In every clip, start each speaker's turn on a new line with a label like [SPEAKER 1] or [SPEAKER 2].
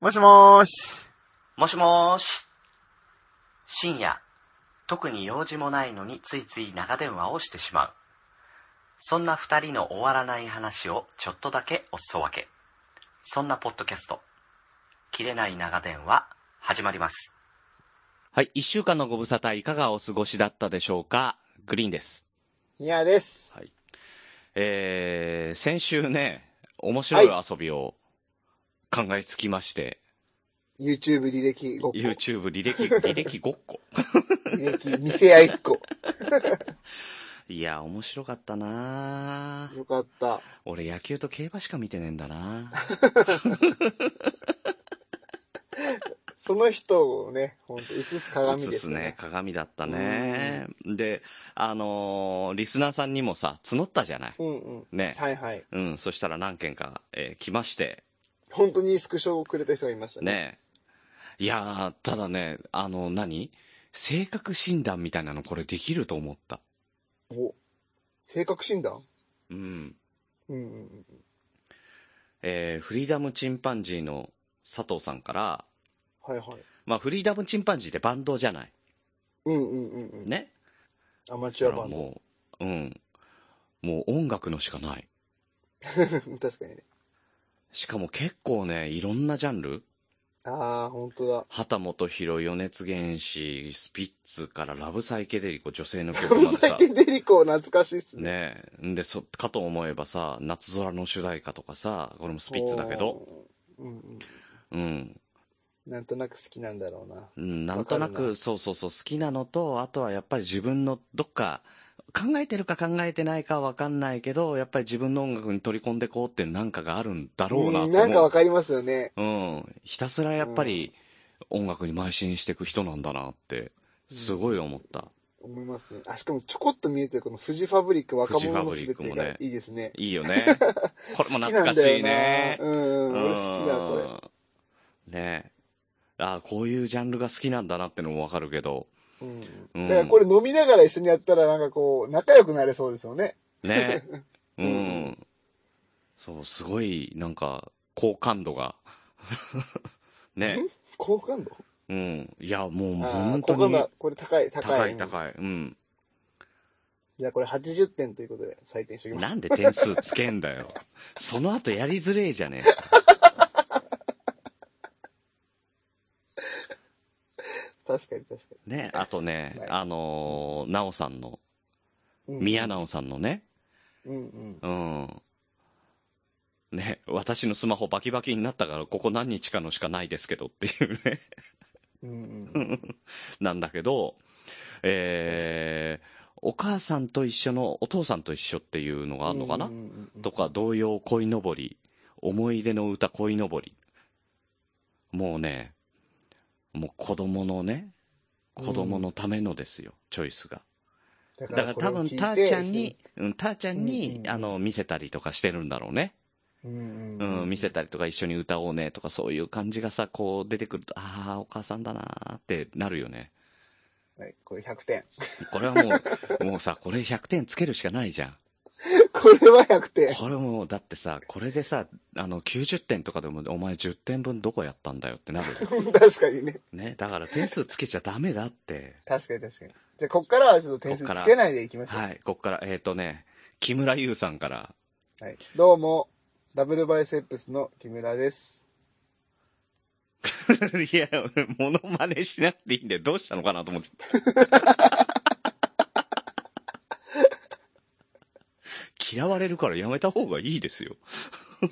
[SPEAKER 1] もしもーし。
[SPEAKER 2] もしもーし。深夜、特に用事もないのについつい長電話をしてしまう。そんな二人の終わらない話をちょっとだけおすそ分け。そんなポッドキャスト、切れない長電話、始まります。はい、一週間のご無沙汰いかがお過ごしだったでしょうかグリーンです。
[SPEAKER 1] ニヤです。
[SPEAKER 2] えー、先週ね、面
[SPEAKER 1] 白い
[SPEAKER 2] 遊びを考えつきまして、
[SPEAKER 1] YouTube 履歴5個。
[SPEAKER 2] YouTube 履歴、履歴5個。
[SPEAKER 1] 履歴見せ合い1個。
[SPEAKER 2] いや、面白かったなぁ
[SPEAKER 1] よかった。
[SPEAKER 2] 俺野球と競馬しか見てねえんだなぁ
[SPEAKER 1] その人をね、ほんと映す鏡
[SPEAKER 2] 映
[SPEAKER 1] ですす
[SPEAKER 2] ね
[SPEAKER 1] ね。、
[SPEAKER 2] 鏡だったね。で、あのーリスナーさんにもさ、募ったじゃない。
[SPEAKER 1] うんうん。
[SPEAKER 2] ね。
[SPEAKER 1] はいはい。
[SPEAKER 2] うん、そしたら何件か、えー来まして、
[SPEAKER 1] 本当にスクショをくれた人がいましたね。
[SPEAKER 2] ね。いやー、ただね、あの、何性格診断みたいなのこれできると思った。
[SPEAKER 1] お性格診断
[SPEAKER 2] うん。
[SPEAKER 1] うんうんうん。
[SPEAKER 2] えーフリーダムチンパンジーの佐藤さんから、
[SPEAKER 1] はいはい。
[SPEAKER 2] まあ、フリーダムチンパンジーってバンドじゃない。
[SPEAKER 1] うんうんうんうん。
[SPEAKER 2] ね。
[SPEAKER 1] アマチュアバンド。
[SPEAKER 2] もう、うん。もう音楽のしかない。
[SPEAKER 1] 確かにね。
[SPEAKER 2] しかも結構ね、いろんなジャンル。
[SPEAKER 1] あー、ほんとだ。
[SPEAKER 2] 畑本博、米津玄師、スピッツからラブサイケデリコ、女性の
[SPEAKER 1] ラ
[SPEAKER 2] 曲
[SPEAKER 1] ブ
[SPEAKER 2] まで
[SPEAKER 1] サイ
[SPEAKER 2] さ。
[SPEAKER 1] ケデリコ懐かしいっすね。
[SPEAKER 2] ねえ。んで、そ、かと思えばさ、夏空の主題歌とかさ、これもスピッツだけど、
[SPEAKER 1] おー。うんうん。
[SPEAKER 2] うん。
[SPEAKER 1] なんとなく好きなんだろうな。
[SPEAKER 2] うん、なんとな
[SPEAKER 1] わかる
[SPEAKER 2] く、そうそうそう、好きなのと、あとはやっぱり自分のどっか、考えてるか考えてないかわかんないけど、やっぱり自分の音楽に取り込んでこうってなんかがあるんだろうなと思う。
[SPEAKER 1] んなんかわかりますよね。
[SPEAKER 2] うん。ひたすらやっぱり音楽に邁進していく人なんだなって、すごい思った。
[SPEAKER 1] 思いますね。あ、しかもちょこっと見えてるこの富士ファブリック若者のす
[SPEAKER 2] フジ
[SPEAKER 1] べて
[SPEAKER 2] ファブリックも
[SPEAKER 1] が
[SPEAKER 2] ね
[SPEAKER 1] いいですね。
[SPEAKER 2] いいよ ね。これも懐かしいね
[SPEAKER 1] 好き。なんだよなうん、うん、俺好きだ、これ。
[SPEAKER 2] れ。ねえ。ああ、こういうジャンルが好きなんだなってのもわかるけど、
[SPEAKER 1] う。
[SPEAKER 2] うんん
[SPEAKER 1] だからこれ飲みながら一緒にやったらなんかこう、仲良くなれそうですよね。
[SPEAKER 2] ねえ。う
[SPEAKER 1] うん
[SPEAKER 2] ん。そう、すごい、なんか、好感度が。 ね
[SPEAKER 1] 好感度
[SPEAKER 2] え。うん。いや、もう
[SPEAKER 1] ああ、
[SPEAKER 2] 本
[SPEAKER 1] 好
[SPEAKER 2] 当
[SPEAKER 1] 感
[SPEAKER 2] に
[SPEAKER 1] 度、これ高い、高
[SPEAKER 2] 高
[SPEAKER 1] い。
[SPEAKER 2] い高い。うん。
[SPEAKER 1] じゃあこれ80点ということで採点しておきます。
[SPEAKER 2] なんで点数つけんだよ。その後やりづれえじゃね
[SPEAKER 1] 確かに確か
[SPEAKER 2] え。ね、あとね
[SPEAKER 1] はい、
[SPEAKER 2] あのー、なおさんの、
[SPEAKER 1] に。うん、
[SPEAKER 2] 宮なおさんのね、
[SPEAKER 1] うんうん。
[SPEAKER 2] うん。ね、私のスマホバキバキになったから、ここ何日かのしかないですけどっていうね、
[SPEAKER 1] うんうん。
[SPEAKER 2] なんだけど、えー、お母さんと一緒の、お父さんと一緒っていうのがあるのかな、
[SPEAKER 1] うんうんうん
[SPEAKER 2] とか、同様恋のぼり、思い出の歌恋のぼり。もうね、もう子供のね、子供のためのですよ、チョイスが。
[SPEAKER 1] だ
[SPEAKER 2] だから多分、
[SPEAKER 1] これを聞いて
[SPEAKER 2] たーちゃんに、、うん、たーちゃん
[SPEAKER 1] うん
[SPEAKER 2] に
[SPEAKER 1] う、ん
[SPEAKER 2] あの、見せたりとかしてるんだろうね。
[SPEAKER 1] うん
[SPEAKER 2] う
[SPEAKER 1] う。
[SPEAKER 2] んん、見せたりとか一緒に歌おうねとかそういう感じがさ、こう出てくると、ああ、お母さんだなーってなるよね。
[SPEAKER 1] はい、これ100点。
[SPEAKER 2] これはもう、 もうさ、これ100点つけるしかないじゃん。
[SPEAKER 1] これは100点。
[SPEAKER 2] これもう、だってさ、これでさ、あの、90点とかでも、お前10点分どこやったんだよってなるよ。
[SPEAKER 1] 確かにね。
[SPEAKER 2] ね、だから点数つけちゃダメだって。
[SPEAKER 1] 確かに確かに。じゃあ、こっからはちょっと点数つけないでいきましょう。
[SPEAKER 2] はい、こっから、えっ、とね、木村優さんから、
[SPEAKER 1] はい。どうも、ダブルバイセップスの木村です。
[SPEAKER 2] いや、モノマネしなくていいんで、どうしたのかなと 思って。嫌われるからやめた方がいいです よ。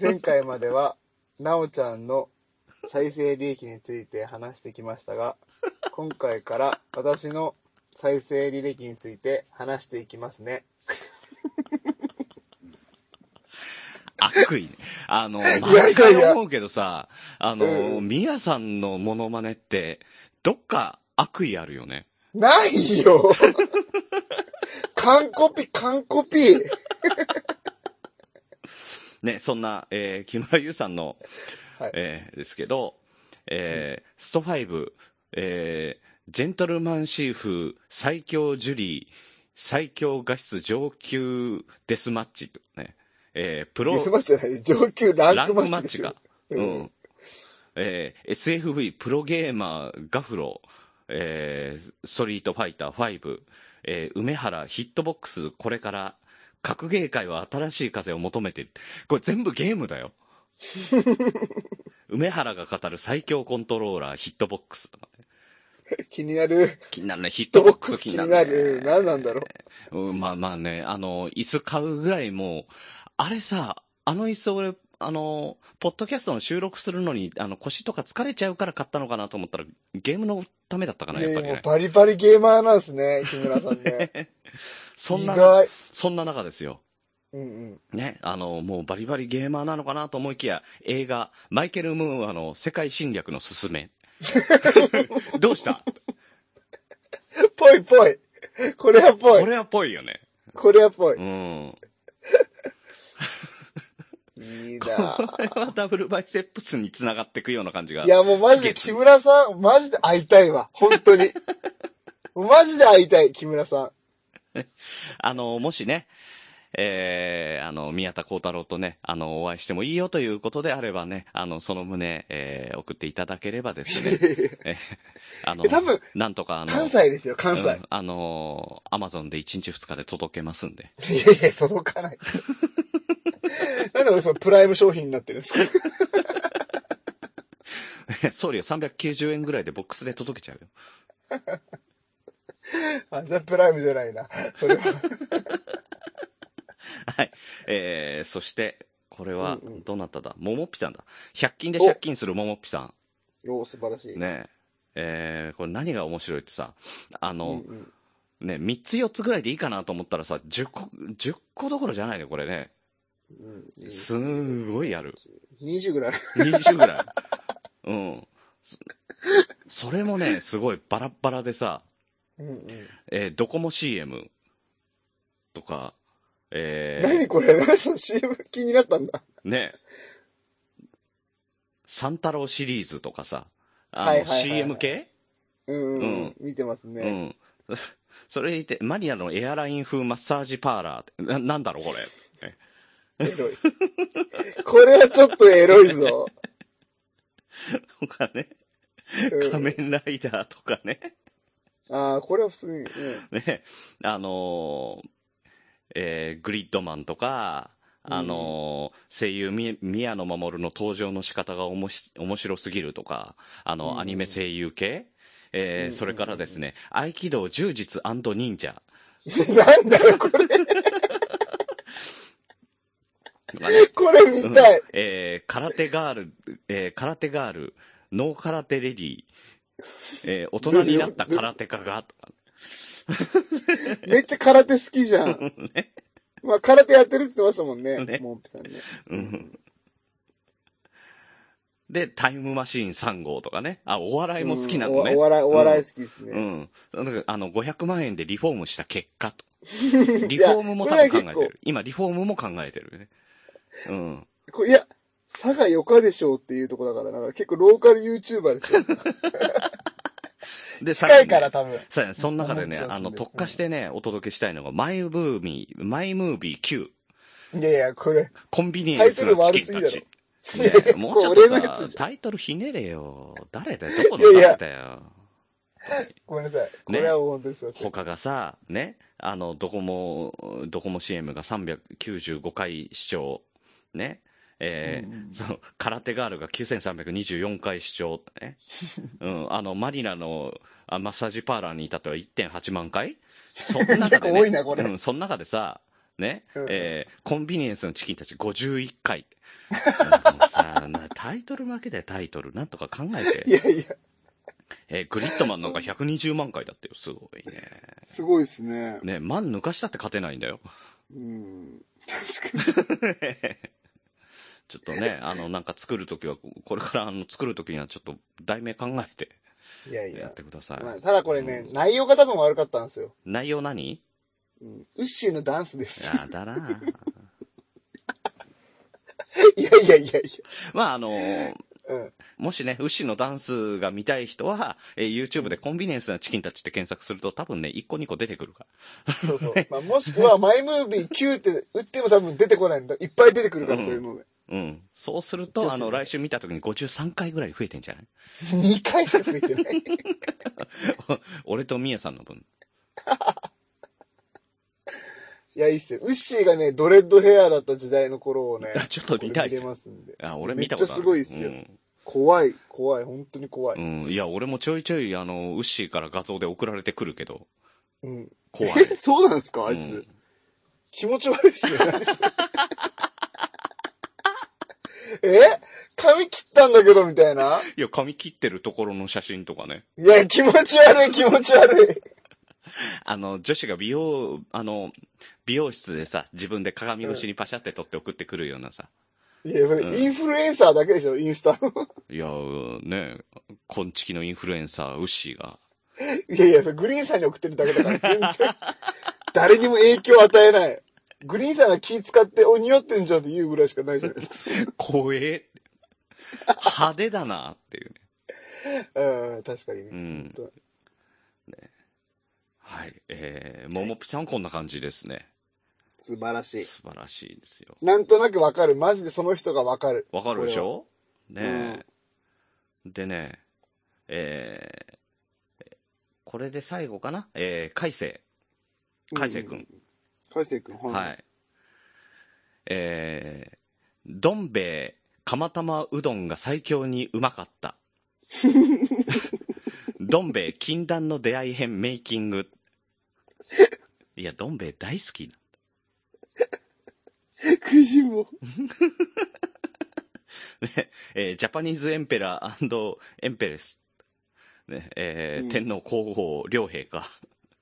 [SPEAKER 1] 前回までは、 なおちゃんの再生利益について話してきましたが、今回から私の再生履歴について話していきますね。
[SPEAKER 2] 悪意ね。あの、
[SPEAKER 1] いや
[SPEAKER 2] 毎
[SPEAKER 1] いや
[SPEAKER 2] 回思うけどさ、あの、
[SPEAKER 1] う
[SPEAKER 2] ミヤさんのモノマネって、どっか悪意あるよね。
[SPEAKER 1] ない よ完コピ、完コピ
[SPEAKER 2] ね、そんな、えー木村優さんの、
[SPEAKER 1] はい
[SPEAKER 2] えーですけど、えースト5、えージェントルマンシーフ、最強ジュリー、最強画質上級デスマッチ、ね、えープロ
[SPEAKER 1] デスマッチじゃない上級ラン
[SPEAKER 2] ラン
[SPEAKER 1] ク
[SPEAKER 2] ク
[SPEAKER 1] マ
[SPEAKER 2] マ
[SPEAKER 1] ッチ
[SPEAKER 2] ッチ
[SPEAKER 1] ですよ
[SPEAKER 2] が、う
[SPEAKER 1] うん
[SPEAKER 2] ん。えー SFV プロゲーマーガフロ、えーストリートファイター5、えー梅原ヒットボックスこれから格ゲー界は新しい風を求めているこれ全部ゲーム だよ梅原が語る最強コントローラーヒットボックス
[SPEAKER 1] 気になる。
[SPEAKER 2] 気になるねヒッ
[SPEAKER 1] ド
[SPEAKER 2] ト
[SPEAKER 1] ボ
[SPEAKER 2] ボ
[SPEAKER 1] ッ
[SPEAKER 2] ッ
[SPEAKER 1] ク
[SPEAKER 2] ク
[SPEAKER 1] ス
[SPEAKER 2] ス
[SPEAKER 1] 気
[SPEAKER 2] 気
[SPEAKER 1] に
[SPEAKER 2] に
[SPEAKER 1] な
[SPEAKER 2] な
[SPEAKER 1] る。
[SPEAKER 2] る、ね、
[SPEAKER 1] 何なんだろ
[SPEAKER 2] うん、まあまあね、あの、椅子買うぐらいもう、あれさ、あの椅子俺、あの、ポッドキャストの収録するのに、あの、腰とか疲れちゃうから買ったのかなと思ったら、ゲームのためだったか
[SPEAKER 1] う。
[SPEAKER 2] な、
[SPEAKER 1] い
[SPEAKER 2] やっぱ
[SPEAKER 1] やい
[SPEAKER 2] り
[SPEAKER 1] やもう
[SPEAKER 2] ね。
[SPEAKER 1] バリバリゲーマーなんですね、日村さんね。
[SPEAKER 2] そん
[SPEAKER 1] 意
[SPEAKER 2] な、
[SPEAKER 1] 外。
[SPEAKER 2] そんな中ですよ。
[SPEAKER 1] うんうん。
[SPEAKER 2] ね、あの、もうバリバリゲーマーなのかなと思いきや、映画、マイケル・ムーアの世界侵略のすす め。どうした
[SPEAKER 1] ぽいぽい。これはぽ
[SPEAKER 2] こ
[SPEAKER 1] い。
[SPEAKER 2] れはぽいよね。
[SPEAKER 1] これはぽい。
[SPEAKER 2] うん。
[SPEAKER 1] いい
[SPEAKER 2] こ
[SPEAKER 1] なぁ
[SPEAKER 2] れはダブルバイセップスに繋がっていくような感じが。
[SPEAKER 1] いや、もうマジで木村さん、マジで会いたいわ。本 当に。もうマジで会いたい、木村さ
[SPEAKER 2] あの、もしね、えー、あの、宮田幸太郎とね、あの、お会いしてもいいよということであればね、あの、その旨、えー、送っていただければです
[SPEAKER 1] ん。
[SPEAKER 2] ね、 あの、
[SPEAKER 1] 多分、
[SPEAKER 2] なんとかあの、
[SPEAKER 1] 関西ですよ、関西。
[SPEAKER 2] うんあの、アマゾンで1日2日で届けますんで。
[SPEAKER 1] いやいや、届かない。なんで俺そのプライム商品になってるんですか
[SPEAKER 2] 送料390円ぐらいでボックスで届けちゃうよ。
[SPEAKER 1] あ、じゃあプライムじゃないな。それは。
[SPEAKER 2] はい。えー、そして、これは
[SPEAKER 1] うんうん、
[SPEAKER 2] どなただ、ももっぴさんだ。100均で借金するももっぴさ
[SPEAKER 1] おー素晴らしい。
[SPEAKER 2] ん。ねえー、これ何が面白いってさ、あ
[SPEAKER 1] う
[SPEAKER 2] の、
[SPEAKER 1] んうん、
[SPEAKER 2] ね、3つ4つぐらいでいいかなと思ったらさ、10個、10個どころじゃないね、これね。
[SPEAKER 1] うんうん。
[SPEAKER 2] すんごいある。
[SPEAKER 1] 20ぐらいある。
[SPEAKER 2] 20ぐらい。うん。そそれもね、すごいバラッバラでさ、
[SPEAKER 1] うんうん。
[SPEAKER 2] えードコモ CM とか、え
[SPEAKER 1] 何これ 何その CM 気になったんだ。
[SPEAKER 2] ー、ね、サンタロウシリーズとかさ、あの、
[SPEAKER 1] はいはいはいはい
[SPEAKER 2] CM 系
[SPEAKER 1] うんうん。
[SPEAKER 2] うん
[SPEAKER 1] 見てますね。
[SPEAKER 2] うん。 それでいて、マニアのエアライン風マッサージパーラーって、な、なんだろう、これ。
[SPEAKER 1] エロい。 これはちょっとエロいぞ。
[SPEAKER 2] とかね。
[SPEAKER 1] うん
[SPEAKER 2] 仮面ライダーとかね。
[SPEAKER 1] ああ、これは普通に、うん。
[SPEAKER 2] ね。 あのーえーグリッドマンとか、あのー声優み、宮野真守の登場の仕方がおもし、面白すぎるとか、あの、
[SPEAKER 1] うん
[SPEAKER 2] アニメ声優系えー
[SPEAKER 1] うん
[SPEAKER 2] それからですね、合気道柔術忍者
[SPEAKER 1] なん だよ、これ。
[SPEAKER 2] とかね。
[SPEAKER 1] これ見たい。
[SPEAKER 2] えー空手ガール、えー空手ガール、ノー空手レディー、えー大人になった空手家が、とか、
[SPEAKER 1] めっちゃ空手好きじゃん。まあ、空手やってるって言ってましたもんね。
[SPEAKER 2] ね
[SPEAKER 1] モンピさんね。
[SPEAKER 2] うんで、タイムマシーン3号とかね。あ、お笑いも好きなのね
[SPEAKER 1] うんお。お笑い、お笑い好きです
[SPEAKER 2] う
[SPEAKER 1] ね。
[SPEAKER 2] ん。なんかあの、500万円でリフォームした結果 と。
[SPEAKER 1] い
[SPEAKER 2] リフ
[SPEAKER 1] や
[SPEAKER 2] ォームも多分考え
[SPEAKER 1] こ
[SPEAKER 2] て
[SPEAKER 1] れは結
[SPEAKER 2] る。今、リフォームも考えてるね。うん。
[SPEAKER 1] 構これいや、佐賀よかでしょうっていうとこだから、なんか結構ローカル YouTuber です よ。
[SPEAKER 2] で、さ
[SPEAKER 1] 近い
[SPEAKER 2] ね
[SPEAKER 1] から多分。
[SPEAKER 2] そうやその中でね、
[SPEAKER 1] うん
[SPEAKER 2] あの、特化してね、お届けしたいのが、マイムービー、マイムービー Q、
[SPEAKER 1] いやいや、これ。
[SPEAKER 2] コンビニエンスのチキンたち。
[SPEAKER 1] タイトル悪すぎだろ
[SPEAKER 2] ねえもうちょっ
[SPEAKER 1] これ
[SPEAKER 2] と
[SPEAKER 1] のや
[SPEAKER 2] さ
[SPEAKER 1] つ、じ
[SPEAKER 2] タイトルひねれよ。誰だよ、どこの誰だよ。
[SPEAKER 1] ごめんなさい。これは本当ですよ。
[SPEAKER 2] 他がさ、ね、あの、ドコモ、ドコモ CM が395回視聴、ね、えーその、空手ガールが9324回視聴、 ね、うん、あの、マニラのあマッサージパーラーに至っては1.8万回そんな中で、
[SPEAKER 1] 結構多いなこれ
[SPEAKER 2] うん、その中でさ、ね、
[SPEAKER 1] うん
[SPEAKER 2] えーコンビニエンスのチキンたち51回。うんさなタイトル負けだよ、タイトル。なんとか考え
[SPEAKER 1] い
[SPEAKER 2] て。
[SPEAKER 1] やいや、
[SPEAKER 2] えーグリッドマンなんか120万回だってよ、すごいね。
[SPEAKER 1] すごいですね。
[SPEAKER 2] ね、万抜かしたって勝てないんだよ。
[SPEAKER 1] うん。確かに。
[SPEAKER 2] ちょっとね、あの、なんか作るときは、これからあの作るときにはちょっと題名考えて
[SPEAKER 1] いやい
[SPEAKER 2] や
[SPEAKER 1] や
[SPEAKER 2] っ。てください。
[SPEAKER 1] まあ、ただこれね
[SPEAKER 2] う、ん
[SPEAKER 1] 内容が多分悪かったんですよ。
[SPEAKER 2] 内容何
[SPEAKER 1] うんウッシーのダンスです。
[SPEAKER 2] やだな
[SPEAKER 1] いやいやいやい
[SPEAKER 2] まあ、あの、
[SPEAKER 1] や。うん。
[SPEAKER 2] もしね、ウッシーのダンスが見たい人は、えー YouTube でコンビニエンスなチキンたちって検索すると多分ね、1個2個出てくるか
[SPEAKER 1] そうそう。まあ、もしくは、マイムービー9って打っても多分出てこないんだ。いっぱい出てくるから、
[SPEAKER 2] うん
[SPEAKER 1] そういうので。
[SPEAKER 2] うん。そうする
[SPEAKER 1] そうで
[SPEAKER 2] と、
[SPEAKER 1] す
[SPEAKER 2] あ
[SPEAKER 1] ね
[SPEAKER 2] の、来週見た時に53回ぐらい増えてんじゃない
[SPEAKER 1] 2回しかついてない。
[SPEAKER 2] 俺とみやさんの分。
[SPEAKER 1] いや、いいっすよ。ウッシーがね、ドレッドヘアだった時代の頃をね、
[SPEAKER 2] あちょっ と見たい
[SPEAKER 1] これ見れますんで。
[SPEAKER 2] あ、俺見たことある。
[SPEAKER 1] めっちゃすごいっすよ
[SPEAKER 2] うん
[SPEAKER 1] 怖い、怖い、本当に怖
[SPEAKER 2] う
[SPEAKER 1] い。
[SPEAKER 2] ん。いや、俺もちょいちょい、あの、ウッシーから画像で送られてくるけど、
[SPEAKER 1] うん。
[SPEAKER 2] 怖い。
[SPEAKER 1] え、そうなんですかあいつ。
[SPEAKER 2] うん
[SPEAKER 1] 気持ち悪いっす よね。え髪切ったんだけどみたいな。
[SPEAKER 2] いや、髪切ってるところの写真とかね。
[SPEAKER 1] いや、気持ち悪い、気持ち悪い。
[SPEAKER 2] あの、女子が美容、あの、美容室でさ、自分で鏡越しにパシャって撮って送ってくるようなさ。
[SPEAKER 1] いや、それ、
[SPEAKER 2] うん
[SPEAKER 1] インフルエンサーだけでしょ、インスタの。
[SPEAKER 2] いや、ね、こんちきのインフルエンサー、ウッシーが。
[SPEAKER 1] いやいや、それグリーンさんに送ってるだけだから、全然、誰にも影響を与えない。グリーンさんが気使って、お、匂ってんじゃんって言うぐらいしかないじゃないで すか。
[SPEAKER 2] 怖え。派手だな、っていうね。
[SPEAKER 1] うん、確かにね
[SPEAKER 2] う。ん
[SPEAKER 1] 本。
[SPEAKER 2] はい。えー、ももぴさんこんな感じですね。
[SPEAKER 1] 素晴らしい。
[SPEAKER 2] 素晴らしいですよ。
[SPEAKER 1] なんとなくわかる。マジでその人がわかる。
[SPEAKER 2] わかるでしょ
[SPEAKER 1] れは
[SPEAKER 2] ねえ。でね、えー、これで最後かなえー、海星。海星くん。。
[SPEAKER 1] 海星くん、は
[SPEAKER 2] はい。えー、どん兵衛釜玉うどんが最強にうまか った。どん兵衛禁断の出会い編メイキング。いや、どん兵衛大好きな。
[SPEAKER 1] い。 食いしん坊。
[SPEAKER 2] ねえージャパニーズエンペラーエンペレス。ねえー
[SPEAKER 1] うん
[SPEAKER 2] 天皇皇后両陛下。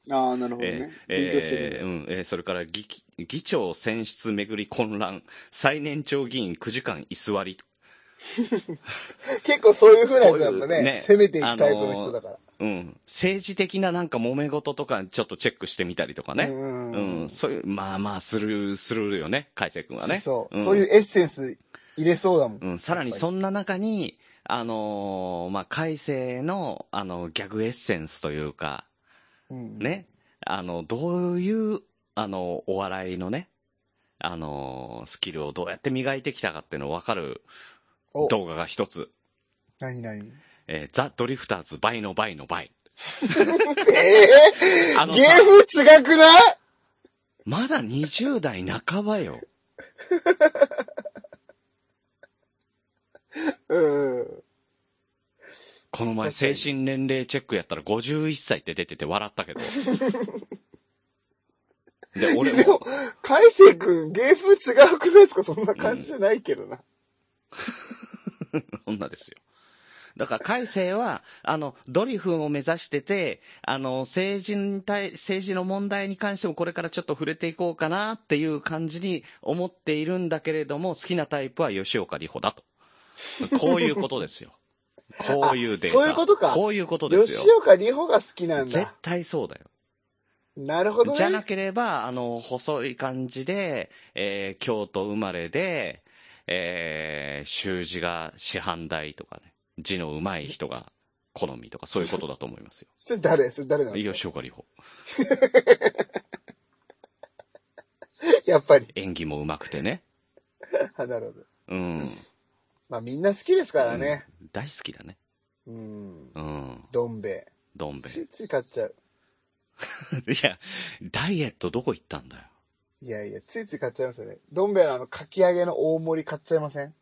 [SPEAKER 1] ああ、なるほど
[SPEAKER 2] え
[SPEAKER 1] ね。
[SPEAKER 2] ー
[SPEAKER 1] 勉強してるんだ
[SPEAKER 2] えーうんえーそれから議議長選出巡り混乱最年長議員9時間居座り
[SPEAKER 1] 結構そういう風なやつなんだ
[SPEAKER 2] こういう
[SPEAKER 1] ね。
[SPEAKER 2] ね
[SPEAKER 1] 攻めていくタイプの人だから。
[SPEAKER 2] うん。政治的ななんか揉め事とかちょっとチェックしてみたりとかね。
[SPEAKER 1] うん
[SPEAKER 2] う。ん。そういう、まあまあ、する、するよね、海星君はね。
[SPEAKER 1] そう、
[SPEAKER 2] ん
[SPEAKER 1] そういうエッセンス入れそうだもん。
[SPEAKER 2] うん。さらにそんな中に、あのーまあ、海星の、あの、ギャグエッセンスというか、
[SPEAKER 1] うん。
[SPEAKER 2] ね。あの、どういう、あの、お笑いのね、あのースキルをどうやって磨いてきたかっていうのをわかる
[SPEAKER 1] お、
[SPEAKER 2] 動画が一つ。
[SPEAKER 1] なにな に
[SPEAKER 2] えーザ・ドリフターズ倍の倍の倍。
[SPEAKER 1] ええ
[SPEAKER 2] あのさ
[SPEAKER 1] 芸風違くない
[SPEAKER 2] まだ20代半ばよ。
[SPEAKER 1] うん。
[SPEAKER 2] この前、
[SPEAKER 1] 確か
[SPEAKER 2] 精
[SPEAKER 1] に
[SPEAKER 2] 神年齢チェックやったら51歳って出てて笑ったけ ど。で、俺
[SPEAKER 1] で
[SPEAKER 2] も
[SPEAKER 1] も、、海星くん、芸風違うくないですかそんな感じじゃないけどな。
[SPEAKER 2] 女ですよ。だから、海星は、あの、ドリフを目指してて、あの、政治に対、政治の問題に関してもこれからちょっと触れていこうかなっていう感じに思っているんだけれども、好きなタイプは吉岡里帆だと。こういうことですよ。こういうデータ。
[SPEAKER 1] あそういうことか
[SPEAKER 2] こういうことです
[SPEAKER 1] 吉
[SPEAKER 2] よ。
[SPEAKER 1] 岡里帆が好きなん
[SPEAKER 2] 絶
[SPEAKER 1] だ。
[SPEAKER 2] 対そうだよ。
[SPEAKER 1] なるほどね。
[SPEAKER 2] じゃなければ、あの、細い感じで、えー京都生まれで、えー習字が師範代とかね、字の上手い人が好みとか、そういうことだと思いますよ。
[SPEAKER 1] それ誰それ誰なんですか
[SPEAKER 2] 吉岡里帆。
[SPEAKER 1] やっぱり。
[SPEAKER 2] 演技も上手くてね。
[SPEAKER 1] あなるほど。
[SPEAKER 2] うん。
[SPEAKER 1] まあみんな好きですからね。
[SPEAKER 2] うん大好きだね。
[SPEAKER 1] うん。
[SPEAKER 2] うん。
[SPEAKER 1] どん兵衛。
[SPEAKER 2] どん兵
[SPEAKER 1] ついつい買っちゃう。
[SPEAKER 2] 衛。 いや、ダイエットどこ行ったんだよ。
[SPEAKER 1] いやいや、ついつい買っちゃいますよね。どん兵衛のあの、かき揚げの大盛り買っちゃいません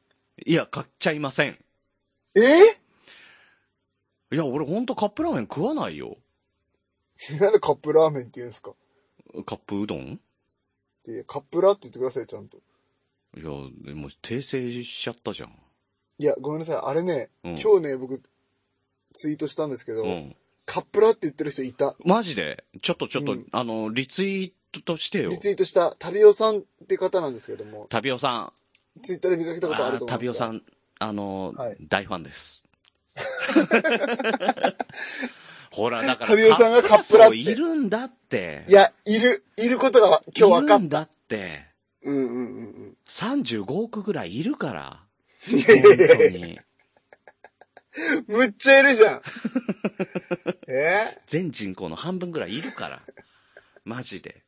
[SPEAKER 2] いや、買っちゃいません。
[SPEAKER 1] え
[SPEAKER 2] いや、俺ほんとカップラーメン食わないよ。
[SPEAKER 1] ー なんでカップラーメンって言うんですか
[SPEAKER 2] カップうどん
[SPEAKER 1] いやカップラって言ってください、ちゃんと。
[SPEAKER 2] いや、もう訂正しちゃったじゃん。
[SPEAKER 1] いや、ごめんなさい。あれね、
[SPEAKER 2] うん
[SPEAKER 1] 今日ね、僕、ツイートしたんですけど、
[SPEAKER 2] うん。
[SPEAKER 1] カップラって言ってる人いた。
[SPEAKER 2] マジでちょっとちょっと、
[SPEAKER 1] うん
[SPEAKER 2] あの、リツイートしてよ
[SPEAKER 1] リ。ツイートした、タビオさんって方なんですけども、
[SPEAKER 2] タビオさん。あ
[SPEAKER 1] ツイッターで見かけたことある
[SPEAKER 2] ー
[SPEAKER 1] と思う
[SPEAKER 2] タ
[SPEAKER 1] ん
[SPEAKER 2] ビ
[SPEAKER 1] です
[SPEAKER 2] オさん、あの、
[SPEAKER 1] はい
[SPEAKER 2] 大ファンです。 ほら、だから。
[SPEAKER 1] タビオさんがカップラっ
[SPEAKER 2] そ
[SPEAKER 1] て
[SPEAKER 2] ういるんだって。
[SPEAKER 1] い、や、いる、いることが今日分か
[SPEAKER 2] いる
[SPEAKER 1] っ
[SPEAKER 2] んだって。
[SPEAKER 1] うんうんうん
[SPEAKER 2] 35億ぐらいいるから。
[SPEAKER 1] うん。いやいやい
[SPEAKER 2] 本
[SPEAKER 1] やい
[SPEAKER 2] 当
[SPEAKER 1] や
[SPEAKER 2] に。
[SPEAKER 1] むっちゃいる じゃん。え
[SPEAKER 2] 全人口の半分ぐらいいるから。マジで。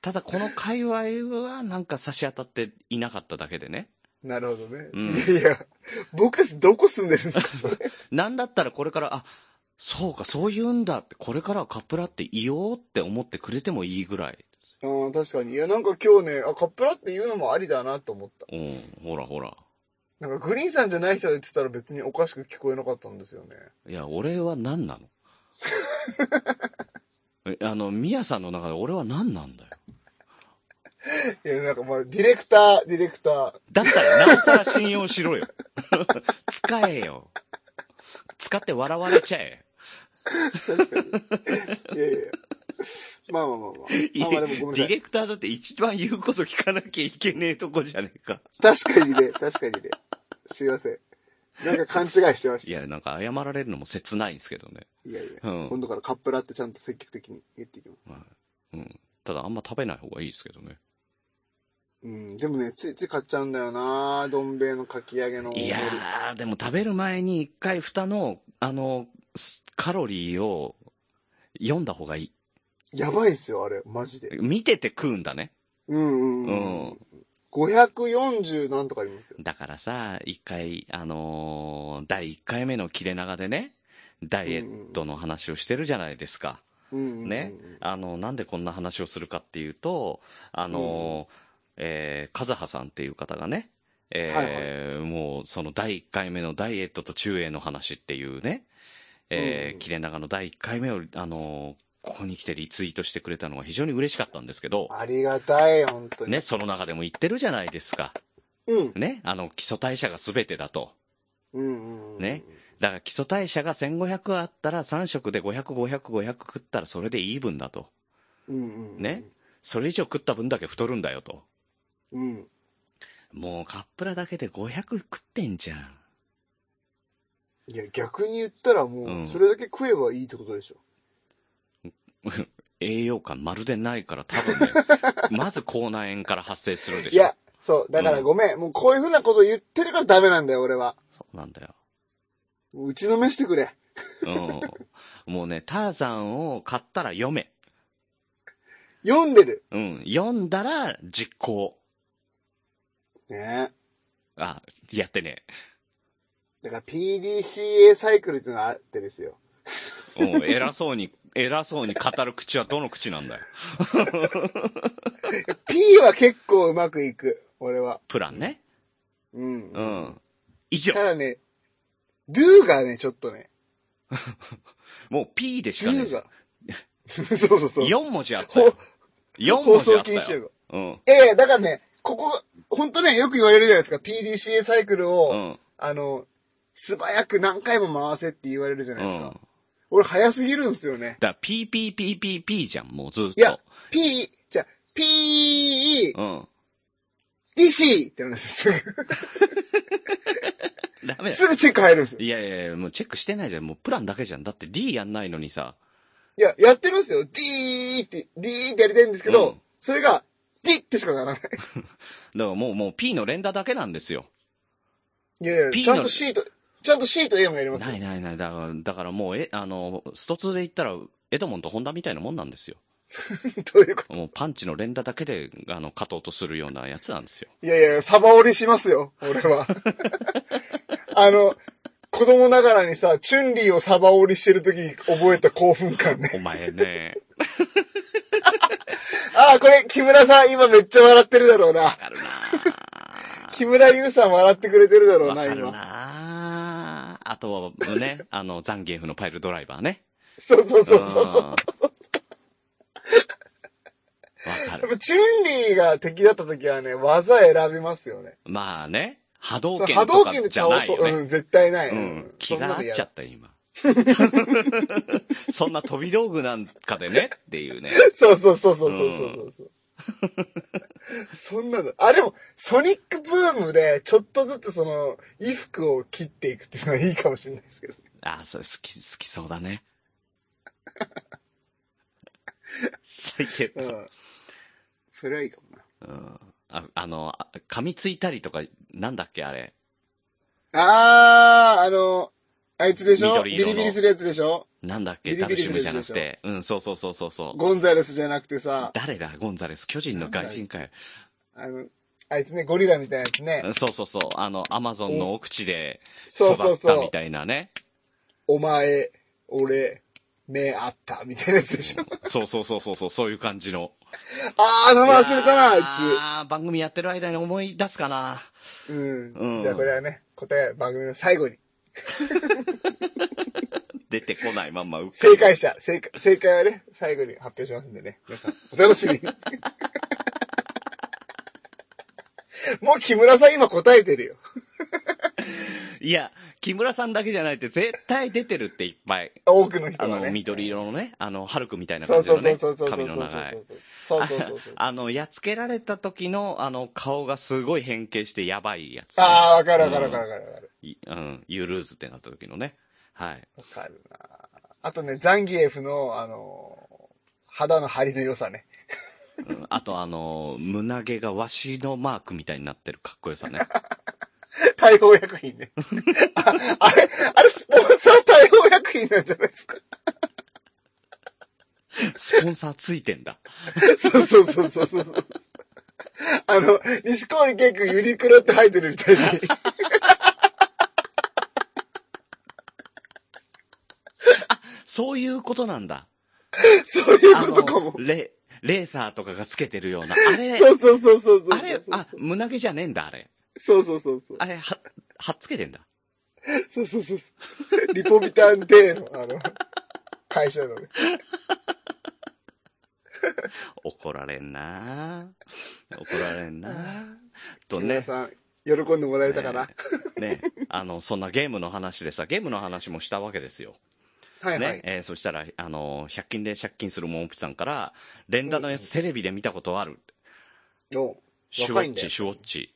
[SPEAKER 2] ただこの界隈はなんか差し当たっていなかっただけでね。
[SPEAKER 1] なるほどね。
[SPEAKER 2] うん
[SPEAKER 1] いやいや、僕たちどこ住んでる んですかそれ
[SPEAKER 2] なんだったらこれから、あ、そうか、そう言うんだって、これからはカップラって言おうって思ってくれてもいいぐらい。
[SPEAKER 1] うん、確かに。いや、なんか今日ね、あ、カップラって言うのもありだなと思った。
[SPEAKER 2] うん、ほらほら。
[SPEAKER 1] なんかグリーンさんじゃない人が言ってたら別におかしく聞こえなかったんですよね。
[SPEAKER 2] いや、俺は何なの えあの、ミヤさんの中で俺は何なんだよ。
[SPEAKER 1] いや、なんかまあ、ディレクター、ディレクター。
[SPEAKER 2] だったらなおさら信用しろよ。 使えよ。使って笑われちゃえ。
[SPEAKER 1] 確かに。いやい やいや。まあまあまあまあ。まあまあでもごめ
[SPEAKER 2] デ
[SPEAKER 1] んな
[SPEAKER 2] ィ
[SPEAKER 1] さい。
[SPEAKER 2] レクターだって一番言うこと聞かなきゃいけねえとこじゃねえか。
[SPEAKER 1] 確かにね、確かにね。すいません。なんか勘違いしてまし
[SPEAKER 2] い
[SPEAKER 1] た。
[SPEAKER 2] や、なんか謝られるのも切ないんですけどね。
[SPEAKER 1] いやいや。
[SPEAKER 2] うん。
[SPEAKER 1] 今度からカップラってちゃんと積極的に言っていきます。
[SPEAKER 2] はいうん。ただあんま食べない方がいいですけどね。
[SPEAKER 1] うん。でもね、ついつい買っちゃうんだよなどん兵衛のかき揚げの大盛り。
[SPEAKER 2] いやー、でも食べる前に一回蓋の、あの、すカロリーを読んだ方がいい。
[SPEAKER 1] やばいっすよ、あれ。マジで。
[SPEAKER 2] 見てて食うんだね。
[SPEAKER 1] うんうんうん。
[SPEAKER 2] うん。
[SPEAKER 1] 540なんとかありますよ。
[SPEAKER 2] だからさ、一回、あのー第1回目の切れ長でね、ダイエットの話をしてるじゃないですか。
[SPEAKER 1] うんうんうん。
[SPEAKER 2] ねあの、なんでこんな話をするかっていうと、あのーえー、カズハさんっていう方がね、えーもうその第1回目のダイエットと中英の話っていうね、
[SPEAKER 1] うん
[SPEAKER 2] え
[SPEAKER 1] う
[SPEAKER 2] ー、
[SPEAKER 1] ん
[SPEAKER 2] 切れ長の第1回目を、あのーここに来てリツイートしてくれたのが非常に嬉しかったんですけど、
[SPEAKER 1] ありがたい、本当に。
[SPEAKER 2] ね、その中でも言ってるじゃないですか。
[SPEAKER 1] うん。
[SPEAKER 2] ね、あの、基礎代謝が全てだと。
[SPEAKER 1] うんうんうん。
[SPEAKER 2] ね。だから基礎代謝が1500あったら3食で500、500、500食ったらそれでイーブンだと。
[SPEAKER 1] うんうんうん。
[SPEAKER 2] ね。それ以上食った分だけ太るんだよと。
[SPEAKER 1] うん。
[SPEAKER 2] もうカップラだけで500食ってんじゃん。
[SPEAKER 1] いや、逆に言ったら
[SPEAKER 2] う
[SPEAKER 1] もう、
[SPEAKER 2] ん
[SPEAKER 1] それだけ食えばいいってことでしょ。
[SPEAKER 2] 栄養感まるでないから多 分ね、まず口内炎から発生するで
[SPEAKER 1] い
[SPEAKER 2] しょ。
[SPEAKER 1] や、そう。だからごめん。もうこういうふうなこと言ってるからダメなんだよ、俺は。
[SPEAKER 2] そうなんだよ。
[SPEAKER 1] もう打ちのめしてくれ。
[SPEAKER 2] うん。もうね、ターザンを買ったら読め。
[SPEAKER 1] 読んでる。
[SPEAKER 2] うん。読んだら実行。
[SPEAKER 1] ね。
[SPEAKER 2] あ、やってね。
[SPEAKER 1] だから PDCA サイクルっていうのがあってですよ。
[SPEAKER 2] うん。偉そうに、偉そうに語る口はどの口なんだよ。
[SPEAKER 1] P は結構うまくいく。俺は。
[SPEAKER 2] プランね。
[SPEAKER 1] うん。
[SPEAKER 2] うん。以上
[SPEAKER 1] た。だね、do がね、ちょっとね、
[SPEAKER 2] もう P でしかね
[SPEAKER 1] do が。 そうそうそう。
[SPEAKER 2] 4文字あったよ。4
[SPEAKER 1] 放
[SPEAKER 2] 文字あ
[SPEAKER 1] 送
[SPEAKER 2] っ
[SPEAKER 1] 禁止
[SPEAKER 2] た
[SPEAKER 1] 用
[SPEAKER 2] よ。
[SPEAKER 1] 語。
[SPEAKER 2] うん。
[SPEAKER 1] ええだからね、ここ、本当ね、よく言われるじゃないですか。PDCA サイクルを、
[SPEAKER 2] うん。
[SPEAKER 1] あの、素早く何回も回せって言われるじゃな
[SPEAKER 2] う
[SPEAKER 1] いですか。
[SPEAKER 2] ん。
[SPEAKER 1] 俺早すぎるんですよね。
[SPEAKER 2] だから PPPPP じゃん、もうずっと。
[SPEAKER 1] いや P、じゃあ、P、
[SPEAKER 2] うん。
[SPEAKER 1] DC ってなるんですよ。すぐ
[SPEAKER 2] ダメだよ
[SPEAKER 1] すぐチェック入るんですよ。
[SPEAKER 2] いやいやいや、もうチェックしてないじゃん。もうプランだけじゃん。だって D やんないのにさ。
[SPEAKER 1] いや、やってるんですよ。D って、D ってやりたいんですけど、
[SPEAKER 2] うん
[SPEAKER 1] それが、D ってしかならない。
[SPEAKER 2] だからもう、もう P の連打だけなんですよ。
[SPEAKER 1] いやいや、
[SPEAKER 2] P の
[SPEAKER 1] ちゃんと C と、ちゃんと C と A もやりますよ
[SPEAKER 2] ないないない。だから、だからもう、え、あの、スト2で言ったら、エドモンとホンダみたいなもんなんですよ。
[SPEAKER 1] どういうこと
[SPEAKER 2] もうパンチの連打だけで、あの、勝とうとするようなやつなんですよ。
[SPEAKER 1] いやいや、サバ折りしますよ、俺 は。あの、子供ながらにさ、チュンリーをサバ折りしてる時に覚えた興奮感ね。
[SPEAKER 2] お前 ね。
[SPEAKER 1] ああ、これ、木村さん今めっちゃ笑ってるだろうな
[SPEAKER 2] わ。かるな
[SPEAKER 1] 木村優さん笑ってくれてるだろ
[SPEAKER 2] ぁわ
[SPEAKER 1] うな、
[SPEAKER 2] かる
[SPEAKER 1] 今。
[SPEAKER 2] なぁあとは ね、あの、ザンギエフのパイルドライバーね。
[SPEAKER 1] そうそう
[SPEAKER 2] う
[SPEAKER 1] そ
[SPEAKER 2] ん
[SPEAKER 1] うそう。
[SPEAKER 2] わか
[SPEAKER 1] やっ
[SPEAKER 2] る。
[SPEAKER 1] ぱチュンリーが敵だった時はね、技選びますよね。
[SPEAKER 2] まあね、波動
[SPEAKER 1] そう
[SPEAKER 2] 拳
[SPEAKER 1] 波
[SPEAKER 2] と
[SPEAKER 1] 動
[SPEAKER 2] か
[SPEAKER 1] 拳で
[SPEAKER 2] じゃ
[SPEAKER 1] 倒
[SPEAKER 2] ない
[SPEAKER 1] そう。
[SPEAKER 2] よね。
[SPEAKER 1] うん、絶対ない。
[SPEAKER 2] うん、気が合っちゃ
[SPEAKER 1] っ
[SPEAKER 2] ったよ 今。そんな飛び道具なんかでねっていうね。
[SPEAKER 1] た。そうそうそうそうそうそうそう。そんなの。あ、でも、ソニックブームで、ちょっとずつその、衣服を切っていくっていうのはいいかもしれないですけど。
[SPEAKER 2] ああ、それ好き、好きそうだね。最低だ。
[SPEAKER 1] うん。それはいいかもな。
[SPEAKER 2] うん。ああの、あ噛みついたりとか、なんだっけあれ。
[SPEAKER 1] あー、あの、あいつでしょ
[SPEAKER 2] 緑
[SPEAKER 1] ビ
[SPEAKER 2] 色の
[SPEAKER 1] リビリするやつでしょ
[SPEAKER 2] なんだっ
[SPEAKER 1] ビ
[SPEAKER 2] け
[SPEAKER 1] リ
[SPEAKER 2] ダ
[SPEAKER 1] ビ
[SPEAKER 2] ル
[SPEAKER 1] リ
[SPEAKER 2] シ
[SPEAKER 1] す
[SPEAKER 2] ム
[SPEAKER 1] る
[SPEAKER 2] じゃ
[SPEAKER 1] やつ
[SPEAKER 2] な
[SPEAKER 1] で
[SPEAKER 2] く
[SPEAKER 1] しょ
[SPEAKER 2] て。うん、そうそうそうそうそう。
[SPEAKER 1] ゴンザレスじゃなくてさ、
[SPEAKER 2] 誰だゴンザレス。巨人の外人かよ。
[SPEAKER 1] あの、あいつね、ゴリラみたいなやつね。
[SPEAKER 2] そうそうそう。あの、アマゾンの奥地で
[SPEAKER 1] そう
[SPEAKER 2] 育
[SPEAKER 1] そう
[SPEAKER 2] った
[SPEAKER 1] そう
[SPEAKER 2] み。たいなね。
[SPEAKER 1] お前、俺、目あった、みたいなやつでしょ。
[SPEAKER 2] そうそうそうそうそう、そういう感じの。
[SPEAKER 1] あー、名前忘れたな、あい
[SPEAKER 2] あー番組やってる間に思い出すかな。
[SPEAKER 1] つ。う。
[SPEAKER 2] うんん
[SPEAKER 1] じゃあこれはね、答えは番組の最後に。
[SPEAKER 2] 出てこないまんまうっかり
[SPEAKER 1] 正解者、正解、正解はね、最後に発表しますんでね。皆さん、お楽 しみに。もう木村さん今答えてるよ。
[SPEAKER 2] いや、木村さんだけじゃないって絶対出てるっていっぱい。
[SPEAKER 1] 多くの人
[SPEAKER 2] あ
[SPEAKER 1] が
[SPEAKER 2] の、
[SPEAKER 1] ね。
[SPEAKER 2] 緑色のね、あの、ハルクみたいな
[SPEAKER 1] そ
[SPEAKER 2] 感
[SPEAKER 1] う
[SPEAKER 2] じ
[SPEAKER 1] そ
[SPEAKER 2] の
[SPEAKER 1] うそう
[SPEAKER 2] ね
[SPEAKER 1] そうそう、そう
[SPEAKER 2] 髪
[SPEAKER 1] そ
[SPEAKER 2] の
[SPEAKER 1] う
[SPEAKER 2] 長い。
[SPEAKER 1] そうそうそうそう。
[SPEAKER 2] あの、やっつけられた時の、あの、顔がすごい変形してやばいやつ、
[SPEAKER 1] ああ、わかるわかるわかるわかるわかる。
[SPEAKER 2] いうん、ゆるーずってなった時のね。はい。
[SPEAKER 1] わかるなあとね、ザンギエフの、あのー肌の張りの良さね。
[SPEAKER 2] うん あと、あの、胸毛がわしのマークみたいになってるかっこよさね。
[SPEAKER 1] 大砲薬 品ね。ああれ、あれ、スポンサー大砲薬品なんじゃないですか。
[SPEAKER 2] スポンサーついてんだ。
[SPEAKER 1] そうそうそうそうそう。あの、西郡結構ユニクロって入ってる みたいに。
[SPEAKER 2] そういうことなんだ。
[SPEAKER 1] そうい
[SPEAKER 2] あ
[SPEAKER 1] うことか
[SPEAKER 2] の
[SPEAKER 1] も、。
[SPEAKER 2] レ、レーサーとかがつけてるよう な。あれ、
[SPEAKER 1] そうそうそうそうそう。
[SPEAKER 2] あれ、あ、胸毛じゃねえんだ、あれ。
[SPEAKER 1] そうそうそうそう。
[SPEAKER 2] あれ、は、はっつけてんだ。
[SPEAKER 1] そうそうそうそう。リポビタンデーの、あの、会社のね。
[SPEAKER 2] 怒られんな怒られんなと
[SPEAKER 1] 木村
[SPEAKER 2] ね。
[SPEAKER 1] さん、喜んでもらえたかな。
[SPEAKER 2] ねね。あの、そんなゲームの話でさ、ゲームの話もしたわけですよ。
[SPEAKER 1] はいは
[SPEAKER 2] ね。
[SPEAKER 1] い。
[SPEAKER 2] えーそしたら、あの、100均で借金するモンピさんから、連打のや
[SPEAKER 1] うんう
[SPEAKER 2] つテレビで見たことある。
[SPEAKER 1] ど
[SPEAKER 2] シュ
[SPEAKER 1] 若
[SPEAKER 2] ワ
[SPEAKER 1] いん
[SPEAKER 2] ッ
[SPEAKER 1] だよ
[SPEAKER 2] チ、シュワッチ。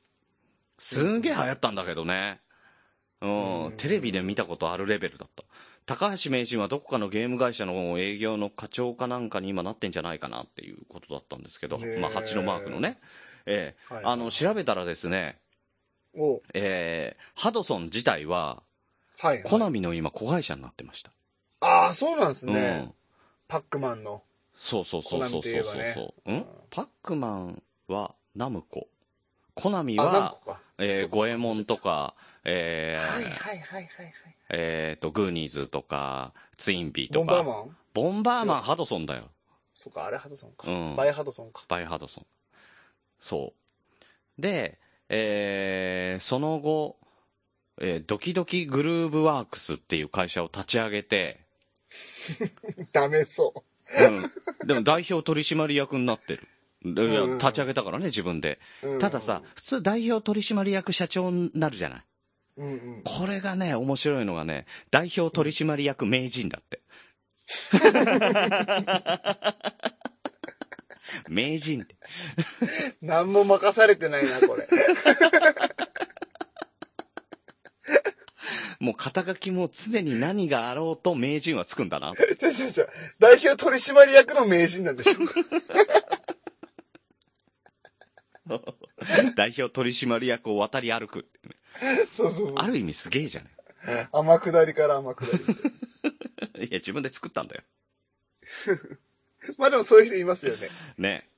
[SPEAKER 2] すんげえ流行ったんだけどね。
[SPEAKER 1] う
[SPEAKER 2] うんん、テレビで見たことあるレベルだった。高橋名人はどこかのゲーム会社の営業の課長かなんかに今なってんじゃないかなっていうことだったんですけど
[SPEAKER 1] へー、
[SPEAKER 2] まあ、蜂のマークのね。ええ
[SPEAKER 1] うはいはい
[SPEAKER 2] あの、調べたらですね、
[SPEAKER 1] おう
[SPEAKER 2] えーハドソン自体は、
[SPEAKER 1] はいはい。
[SPEAKER 2] コナミの今、子会社になってました。
[SPEAKER 1] ああ、そうなんです
[SPEAKER 2] うん。
[SPEAKER 1] ね。パックマンの。
[SPEAKER 2] そうそうそうそうそうそう
[SPEAKER 1] コナミといえばね
[SPEAKER 2] そう。んパックマンはナムコ。コナミ
[SPEAKER 1] あ、何
[SPEAKER 2] は
[SPEAKER 1] 個、か。
[SPEAKER 2] え
[SPEAKER 1] そう
[SPEAKER 2] ー、
[SPEAKER 1] か
[SPEAKER 2] ゴエモンとか、え
[SPEAKER 1] はい
[SPEAKER 2] ー
[SPEAKER 1] はいはいはいはい。
[SPEAKER 2] えーと、グーニーズとか、ツインビー
[SPEAKER 1] ボ
[SPEAKER 2] と
[SPEAKER 1] ンバー
[SPEAKER 2] か。
[SPEAKER 1] マン
[SPEAKER 2] ボンバーマン、ハドソンだよ。
[SPEAKER 1] そうか、あれハドソンか。
[SPEAKER 2] うん
[SPEAKER 1] バイハドソンか。
[SPEAKER 2] バイハドソン。そう。で、えーその後、えードキドキグルーブワークスっていう会社を立ち上げて、
[SPEAKER 1] ダメそう。
[SPEAKER 2] うん、でも代表取締役になってる。でいや
[SPEAKER 1] うん
[SPEAKER 2] 立ち上げたからね、自分で。
[SPEAKER 1] うん
[SPEAKER 2] たださ、、普通代表取締役社長になるじゃない。
[SPEAKER 1] うんうん。
[SPEAKER 2] これがね、面白いのがね、代表取締役名人だ って。名人って。
[SPEAKER 1] 何も任されてないな、これ。
[SPEAKER 2] もう肩書きも常に何があろうと名人はつくんだな。
[SPEAKER 1] ちょちょちょ、代表取締役の名人なんでしょ
[SPEAKER 2] 代表取締役を渡り歩く。
[SPEAKER 1] そうそうそう。
[SPEAKER 2] ある意味すげえじゃ
[SPEAKER 1] 天下りから天下り。
[SPEAKER 2] ない。いや、自分で作ったんだよ。
[SPEAKER 1] まあでもそういう人いますよね。
[SPEAKER 2] ね。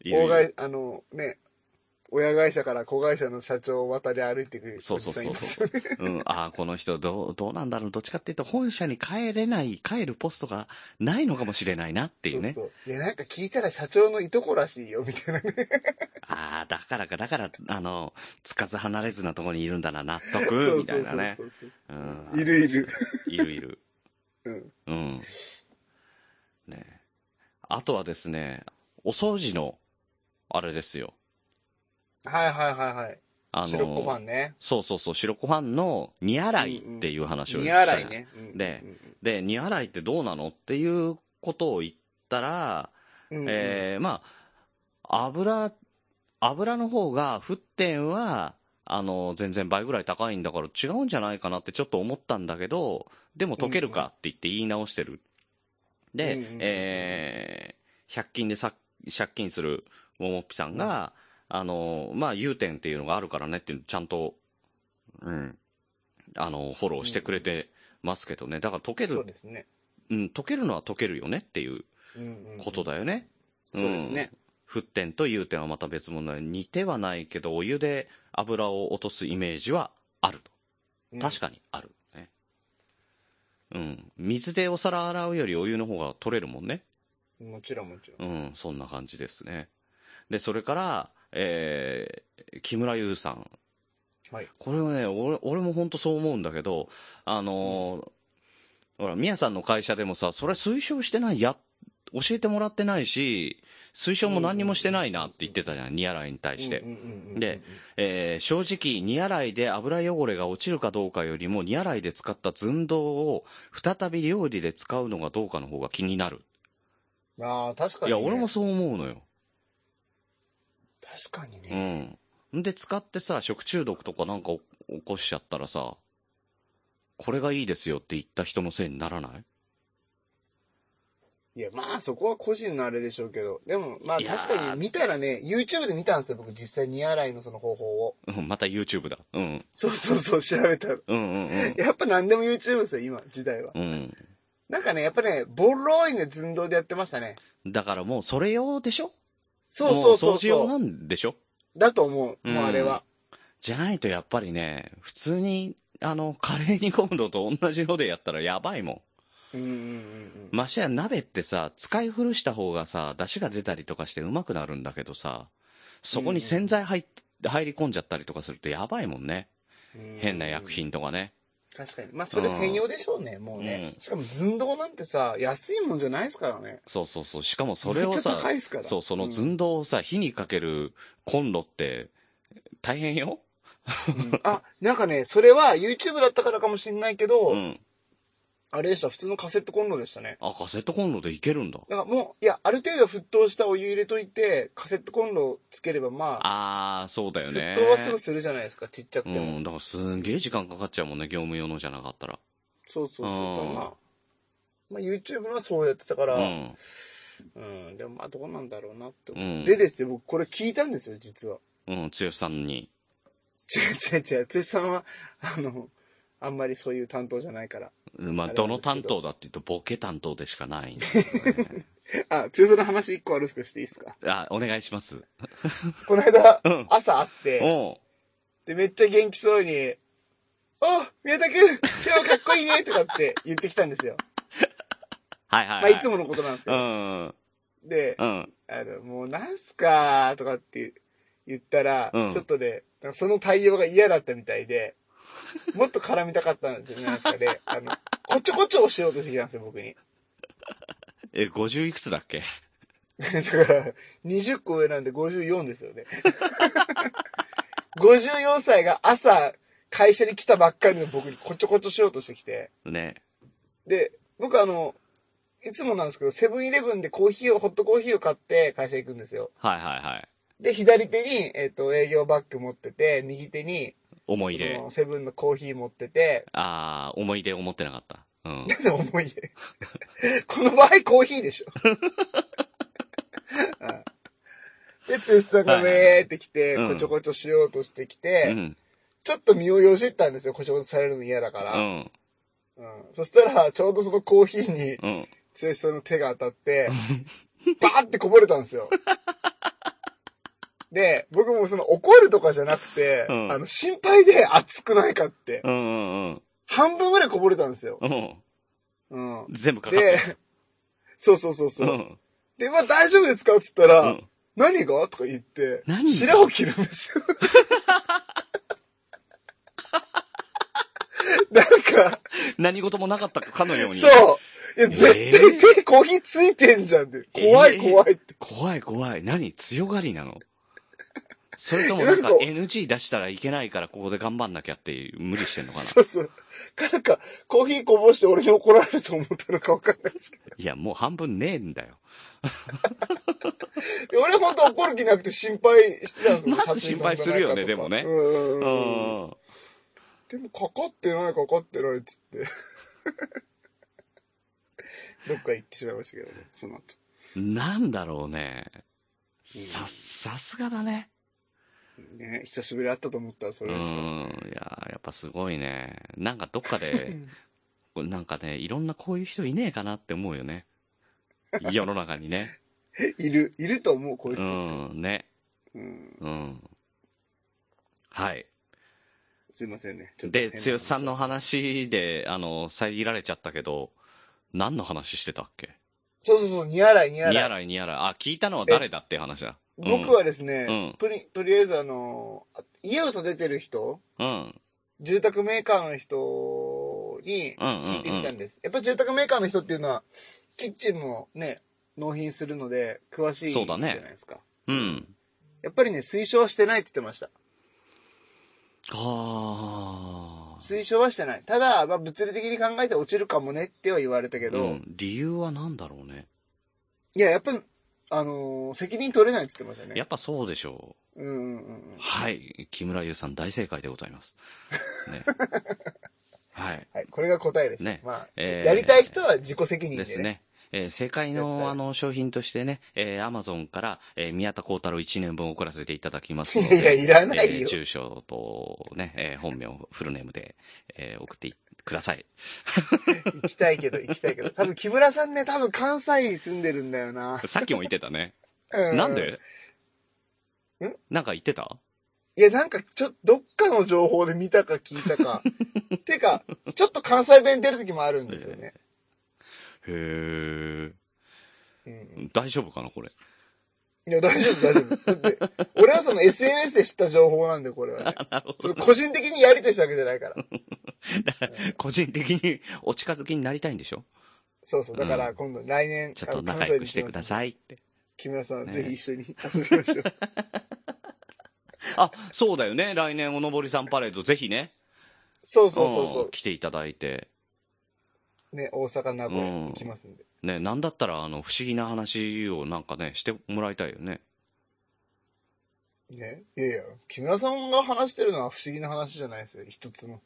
[SPEAKER 2] いるい
[SPEAKER 1] 大
[SPEAKER 2] る
[SPEAKER 1] 会、あの、ね、親会社から子会社の社長を渡り歩いていくおじさ
[SPEAKER 2] そ
[SPEAKER 1] ん
[SPEAKER 2] うそうそ
[SPEAKER 1] いうます
[SPEAKER 2] そう。うん、ああ、この人どう、どうなんだろう。どっちかっていうと、本社に帰れない、帰るポストがないのかもしれないなっていうね。
[SPEAKER 1] そうそう。いや、なんか聞いたら社長のいとこらしいよ、みたいなね。
[SPEAKER 2] ああ、だからか、だから、あの、つかず離れずなとこにいるんだな、納
[SPEAKER 1] そ
[SPEAKER 2] 得、
[SPEAKER 1] う
[SPEAKER 2] みたいなね
[SPEAKER 1] そ。うそう
[SPEAKER 2] う
[SPEAKER 1] そ
[SPEAKER 2] ん
[SPEAKER 1] う。いるいる。
[SPEAKER 2] いるいる。
[SPEAKER 1] うん。
[SPEAKER 2] うん。ねあとはですね、お掃除の、あれですよ。
[SPEAKER 1] はいはいはいはい。
[SPEAKER 2] あの、
[SPEAKER 1] 白子ファンね。
[SPEAKER 2] そうそうそう、白子ファンの、煮洗いっていう話を
[SPEAKER 1] 煮
[SPEAKER 2] したよ
[SPEAKER 1] 洗いね。うん
[SPEAKER 2] で、で、煮洗いってどうなのっていうことを言ったら、
[SPEAKER 1] うんうん
[SPEAKER 2] えーまあ、油、油の方が、沸点は、あの、全然倍ぐらい高いんだから違うんじゃないかなってちょっと思ったんだけど、でも溶けるかって言って言い直してる。で、
[SPEAKER 1] うんうんうんうん
[SPEAKER 2] えー、100均でさ借金するももっぴさんが、あの、まあ、融点っていうのがあるからねっていうのちゃんと、うん、あの、フォローしてくれてますけどね。だから溶け
[SPEAKER 1] そ
[SPEAKER 2] る
[SPEAKER 1] う、ですね。
[SPEAKER 2] うん、溶けるのは溶けるよねっていう
[SPEAKER 1] うんうん
[SPEAKER 2] ことだよね。
[SPEAKER 1] そうですね。
[SPEAKER 2] 沸点と融点はまた別物で、似てはないけど、お湯で油を落とすイメージはあると。確か
[SPEAKER 1] か
[SPEAKER 2] にある、ね。うん。水でお皿洗うよりお湯の方が取れるもんね。
[SPEAKER 1] に。もちろんもちろん。
[SPEAKER 2] うん、そんな感じですね。で、それから、えー、木村優さん。
[SPEAKER 1] はい。
[SPEAKER 2] これはね、俺、俺も本当そう思うんだけど、あのーほら、宮さんの会社でもさ、それ推奨してないや、教えてもらってないし、推奨も何にもしてないなって言ってたじゃん、ニアライに対して
[SPEAKER 1] うん。うんうんうん、
[SPEAKER 2] でえー正直、煮洗いで油汚れが落ちるかどうかよりも、煮洗いで使った寸胴を再び料理で使うのがどうかの方が気になる。
[SPEAKER 1] ああ、確か
[SPEAKER 2] い
[SPEAKER 1] に、
[SPEAKER 2] や、
[SPEAKER 1] ね。
[SPEAKER 2] 俺もそう思うのよ。
[SPEAKER 1] 確かに
[SPEAKER 2] う
[SPEAKER 1] ね。
[SPEAKER 2] ん。んで、使ってさ、食中毒とかなんかお起こしちゃったらさ、これがいいですよって言った人のせいにならない
[SPEAKER 1] いや、まあそこは個人のあれでしょうけど。でも、まあ
[SPEAKER 2] いやー
[SPEAKER 1] 確かに見たらね、YouTube で見たんですよ、僕実際に洗いのその方法を。
[SPEAKER 2] うん、また YouTube だ。うん。
[SPEAKER 1] そうそうそう、調べたら。
[SPEAKER 2] うんうんうん。
[SPEAKER 1] やっぱ何でも YouTube ですよ、今、時代は。
[SPEAKER 2] うん。
[SPEAKER 1] なんかね、やっぱね、ボロいね、寸胴でやってましたね。
[SPEAKER 2] だからもうそれ用でしょ
[SPEAKER 1] そうそうそ
[SPEAKER 2] も
[SPEAKER 1] う
[SPEAKER 2] 掃除用
[SPEAKER 1] そ
[SPEAKER 2] な
[SPEAKER 1] う。
[SPEAKER 2] んでしょ
[SPEAKER 1] だと思う、
[SPEAKER 2] うん
[SPEAKER 1] もうあれは。
[SPEAKER 2] じゃないとやっぱりね、普通に、あの、カレー煮込むのと同じのでやったらやばいもん。
[SPEAKER 1] うんうんうんうん。
[SPEAKER 2] ましてや鍋ってさ、使い古した方がさ、出汁が出たりとかしてうまくなるんだけどさ、そこに洗剤入っ入り込んじゃったりとかするとやばいもんね。変な薬品とかね。
[SPEAKER 1] 確かに。まあ、それ専用でしょうね、もうね。
[SPEAKER 2] うん
[SPEAKER 1] しかも、寸胴なんてさ、安いもんじゃないですからね。
[SPEAKER 2] そうそうそう。しかもそれを
[SPEAKER 1] めっちゃ
[SPEAKER 2] さ
[SPEAKER 1] 高、いですから。
[SPEAKER 2] そう、その
[SPEAKER 1] うん
[SPEAKER 2] 寸胴をさ、火にかけるコンロって、大変よ
[SPEAKER 1] うんあ、なんかね、それは YouTube だったからかもしんないけど、
[SPEAKER 2] うん。
[SPEAKER 1] あれでした、普通のカセットコンロでしたね。
[SPEAKER 2] あ、カセットコンロでいけるんだ。
[SPEAKER 1] だからもう、いや、ある程度沸騰したお湯入れといて、カセットコンロをつければ、まあ、
[SPEAKER 2] あー、そうだよね
[SPEAKER 1] 沸。騰はすぐするじゃないですか、ちっちゃくても。
[SPEAKER 2] うん、だからすんげえ時間かかっちゃうもんね、業務用のじゃなかったら。
[SPEAKER 1] そうそうそう。
[SPEAKER 2] うん
[SPEAKER 1] だからまあ、まあ、YouTube のはそうやってたか
[SPEAKER 2] う
[SPEAKER 1] ら、うん、
[SPEAKER 2] ん。
[SPEAKER 1] でもまあ、どうなんだろうなって思
[SPEAKER 2] う
[SPEAKER 1] う、
[SPEAKER 2] ん。
[SPEAKER 1] でですよ、僕これ聞いたんですよ、実は。
[SPEAKER 2] うん、剛さんに。
[SPEAKER 1] 違う違う違う、辻さんは、あの、あんまりそういう担当じゃないから。
[SPEAKER 2] まあ、
[SPEAKER 1] あれなんですけど
[SPEAKER 2] どの担当だって言うと、ボケ担当でしかない んですよね
[SPEAKER 1] あ、辻さんの話一個あるんですけどしていいですか
[SPEAKER 2] あ、お願いします。
[SPEAKER 1] この間
[SPEAKER 2] うん、
[SPEAKER 1] 朝会って、
[SPEAKER 2] おう
[SPEAKER 1] で、めっちゃ元気そうに、お宮田くん今日はかっこいいねとかって言ってきたんですよ。
[SPEAKER 2] はいはい、
[SPEAKER 1] ま
[SPEAKER 2] は
[SPEAKER 1] あ、
[SPEAKER 2] い。
[SPEAKER 1] いつものことなんですけ
[SPEAKER 2] う
[SPEAKER 1] ど。
[SPEAKER 2] ん。
[SPEAKER 1] で、
[SPEAKER 2] うん。
[SPEAKER 1] あの、もうなんすかーとかって言ったら、
[SPEAKER 2] うん
[SPEAKER 1] ちょっとね、なんかその対応が嫌だったみたいで、もっと絡みたかったんじゃないですかね。あの、こちょこちょをしようとしてきたんですよ、僕に。
[SPEAKER 2] え、50いくつだっけ
[SPEAKER 1] だから、20個上なんで54ですよね。54歳が朝、会社に来たばっかりの僕にこちょこちょしようとしてきて。
[SPEAKER 2] ね。
[SPEAKER 1] で、僕あの、いつもなんですけど、セブンイレブンでコーヒーを、ホットコーヒーを買って会社行くんですよ。
[SPEAKER 2] はいはいはい。
[SPEAKER 1] で、左手に、えっ、と、営業バッグ持ってて、右手に、
[SPEAKER 2] 思い
[SPEAKER 1] そ
[SPEAKER 2] 出
[SPEAKER 1] の。セブンのコーヒー持ってて、
[SPEAKER 2] ああ、思い出思ってなかった。うん。
[SPEAKER 1] なんで重いね この場合コーヒーでしょ。 うんで、つさんがウェーってきて、
[SPEAKER 2] はいはいはいうん
[SPEAKER 1] こちょこちょしようとしてき
[SPEAKER 2] う
[SPEAKER 1] て、
[SPEAKER 2] ん。
[SPEAKER 1] ちょっと身をよじったんですよ、こちょこちょされるの嫌だか
[SPEAKER 2] う
[SPEAKER 1] ら。
[SPEAKER 2] ん。
[SPEAKER 1] うんそしたら、ちょうどそのコーヒーに、
[SPEAKER 2] うん。
[SPEAKER 1] つさんの手が当た って、バーってこぼれたんですよ。で、僕もその怒るとかじゃなくて、
[SPEAKER 2] うん
[SPEAKER 1] あの、心配で熱くないかって、
[SPEAKER 2] うんうん
[SPEAKER 1] 半分ぐらいこぼれたんですよ。
[SPEAKER 2] うん。うん。
[SPEAKER 1] うん。
[SPEAKER 2] 全部かかっ
[SPEAKER 1] で
[SPEAKER 2] て、
[SPEAKER 1] そうそうそう
[SPEAKER 2] る。
[SPEAKER 1] そうう。
[SPEAKER 2] ん。
[SPEAKER 1] で、まあ大丈夫ですかっつったら、
[SPEAKER 2] うん。
[SPEAKER 1] 何がとか言って
[SPEAKER 2] 何、が
[SPEAKER 1] 白を切るんで すよ。なんか、
[SPEAKER 2] 何事もなかったかのように。
[SPEAKER 1] そう。いや、
[SPEAKER 2] えー
[SPEAKER 1] 絶対手、コーヒーついてんじゃんって。怖い
[SPEAKER 2] えー
[SPEAKER 1] 怖いって。
[SPEAKER 2] 怖い怖い。何強がりな のそれともなんか
[SPEAKER 1] なんか
[SPEAKER 2] NG 出したらいけないからここで頑張んなきゃっていう無理してんのかな
[SPEAKER 1] そうそう。なんか、コーヒーこぼして俺に怒られると思ったのかわかんないですけ
[SPEAKER 2] いや、もう半分ねえんだよ。
[SPEAKER 1] ど。俺ほんと怒る気なくて心配してたんですよ。
[SPEAKER 2] まず
[SPEAKER 1] 写真撮らなき
[SPEAKER 2] 心
[SPEAKER 1] ゃ
[SPEAKER 2] 配するよね
[SPEAKER 1] とか
[SPEAKER 2] でもね
[SPEAKER 1] うん
[SPEAKER 2] う
[SPEAKER 1] うんうん。
[SPEAKER 2] ん。
[SPEAKER 1] でもかかってないかかってないっつって。 どっか行ってしまいましたけどね、その後。
[SPEAKER 2] なんだろうね。さ、さすがだね。
[SPEAKER 1] ね、久しぶりに会ったと思ったらそうれ
[SPEAKER 2] ん。い
[SPEAKER 1] ですから。
[SPEAKER 2] や、やっぱすごいね。なんかどっか で、 なんかね、いろんなこういう人いねえかなって思うよね。世の中にね。
[SPEAKER 1] いる、いると思う、こういう
[SPEAKER 2] う
[SPEAKER 1] 人って。
[SPEAKER 2] ん、ね。
[SPEAKER 1] うん。
[SPEAKER 2] うん。はい。
[SPEAKER 1] すいませんね。ちょっと
[SPEAKER 2] で、
[SPEAKER 1] 変な
[SPEAKER 2] 剛さんの
[SPEAKER 1] 話
[SPEAKER 2] 話で、あの、遮られちゃったけど、何の話してたっけ
[SPEAKER 1] を。そうそうそう、ニアライ、ニ
[SPEAKER 2] ニ
[SPEAKER 1] アラ
[SPEAKER 2] ア
[SPEAKER 1] イ。
[SPEAKER 2] ライ、ニアライ。あ、聞いたのは誰だっていう話だ。
[SPEAKER 1] 僕はですね、
[SPEAKER 2] うん
[SPEAKER 1] とり、とりあえずあの、あ家を建ててる人、
[SPEAKER 2] うん、うん、
[SPEAKER 1] 住宅メーカーの人に
[SPEAKER 2] うんうん
[SPEAKER 1] 聞いてみたんです。やっぱ住宅メーカーの人っていうのは、キッチンもね、納品するので、詳しいじ
[SPEAKER 2] そう
[SPEAKER 1] ゃ
[SPEAKER 2] だ
[SPEAKER 1] な
[SPEAKER 2] ね
[SPEAKER 1] いですか。
[SPEAKER 2] うん。
[SPEAKER 1] やっぱりね、推奨はしてないって言ってました。
[SPEAKER 2] ああ。
[SPEAKER 1] 推奨はしてない。ただ、まあ、物理的に考えて落ちるかもねっては言われたけど、
[SPEAKER 2] うん、理由は何だろうね。
[SPEAKER 1] いや、やっぱ、あのー責任取れないって言ってました
[SPEAKER 2] や
[SPEAKER 1] ね
[SPEAKER 2] っ。ぱそうでしょ
[SPEAKER 1] うんうんうんうん
[SPEAKER 2] う。。はい。木村優さん大正解でございます。 ね。はい。
[SPEAKER 1] はい、これが答えです。
[SPEAKER 2] ね
[SPEAKER 1] まあ、
[SPEAKER 2] えー
[SPEAKER 1] やりたい人は自己責任
[SPEAKER 2] で
[SPEAKER 1] ですね。
[SPEAKER 2] ね。えー正解
[SPEAKER 1] 絶対
[SPEAKER 2] の、あの、商品としてね、えー、アマゾンから、えー宮田幸太郎1年分送らせていただきますので。
[SPEAKER 1] いやいやいらないよ
[SPEAKER 2] えー住所と、ね、えー本名、フルネームで、えー送ってください。
[SPEAKER 1] 行きたいけど、行きたいけど。多分木村さんね、多分関西に住んでるんだよな。
[SPEAKER 2] さっきも言ってたね。
[SPEAKER 1] う
[SPEAKER 2] なんで
[SPEAKER 1] ん
[SPEAKER 2] なんか言ってた
[SPEAKER 1] いや、なんか、ちょ、どっかの情報で見たか聞い たか。てか、ちょっと関西弁出る時もあるんですよね。
[SPEAKER 2] へー。
[SPEAKER 1] うん。
[SPEAKER 2] 大丈夫かなこれ。
[SPEAKER 1] いや、大丈夫、大丈夫。だって、俺はその SNS で知った情報なんで、これはね。
[SPEAKER 2] なるほ
[SPEAKER 1] その個人的にやりとりしたわけじゃないから。
[SPEAKER 2] 個人的にお近づきになりたいんでしょ
[SPEAKER 1] そうそう。だから、
[SPEAKER 2] うん
[SPEAKER 1] 今度、来年、
[SPEAKER 2] ちょっと
[SPEAKER 1] あの
[SPEAKER 2] 仲良くしてくだ
[SPEAKER 1] い。
[SPEAKER 2] さいって。
[SPEAKER 1] 木村さん、
[SPEAKER 2] ね
[SPEAKER 1] ぜひ一緒に遊びましょう。
[SPEAKER 2] あ、そうだよね。来年おのぼりさんパレードぜひね。
[SPEAKER 1] そうそうそうそ
[SPEAKER 2] ん来ていただいて。
[SPEAKER 1] う。ね、大阪、名古屋行きますんで。
[SPEAKER 2] ね、なんだったら、あの、不思議な話をなんかね、してもらいたいよね。
[SPEAKER 1] ね。いやいや、木村さんが話してるのは不思議な話じゃないですよ、一つ も。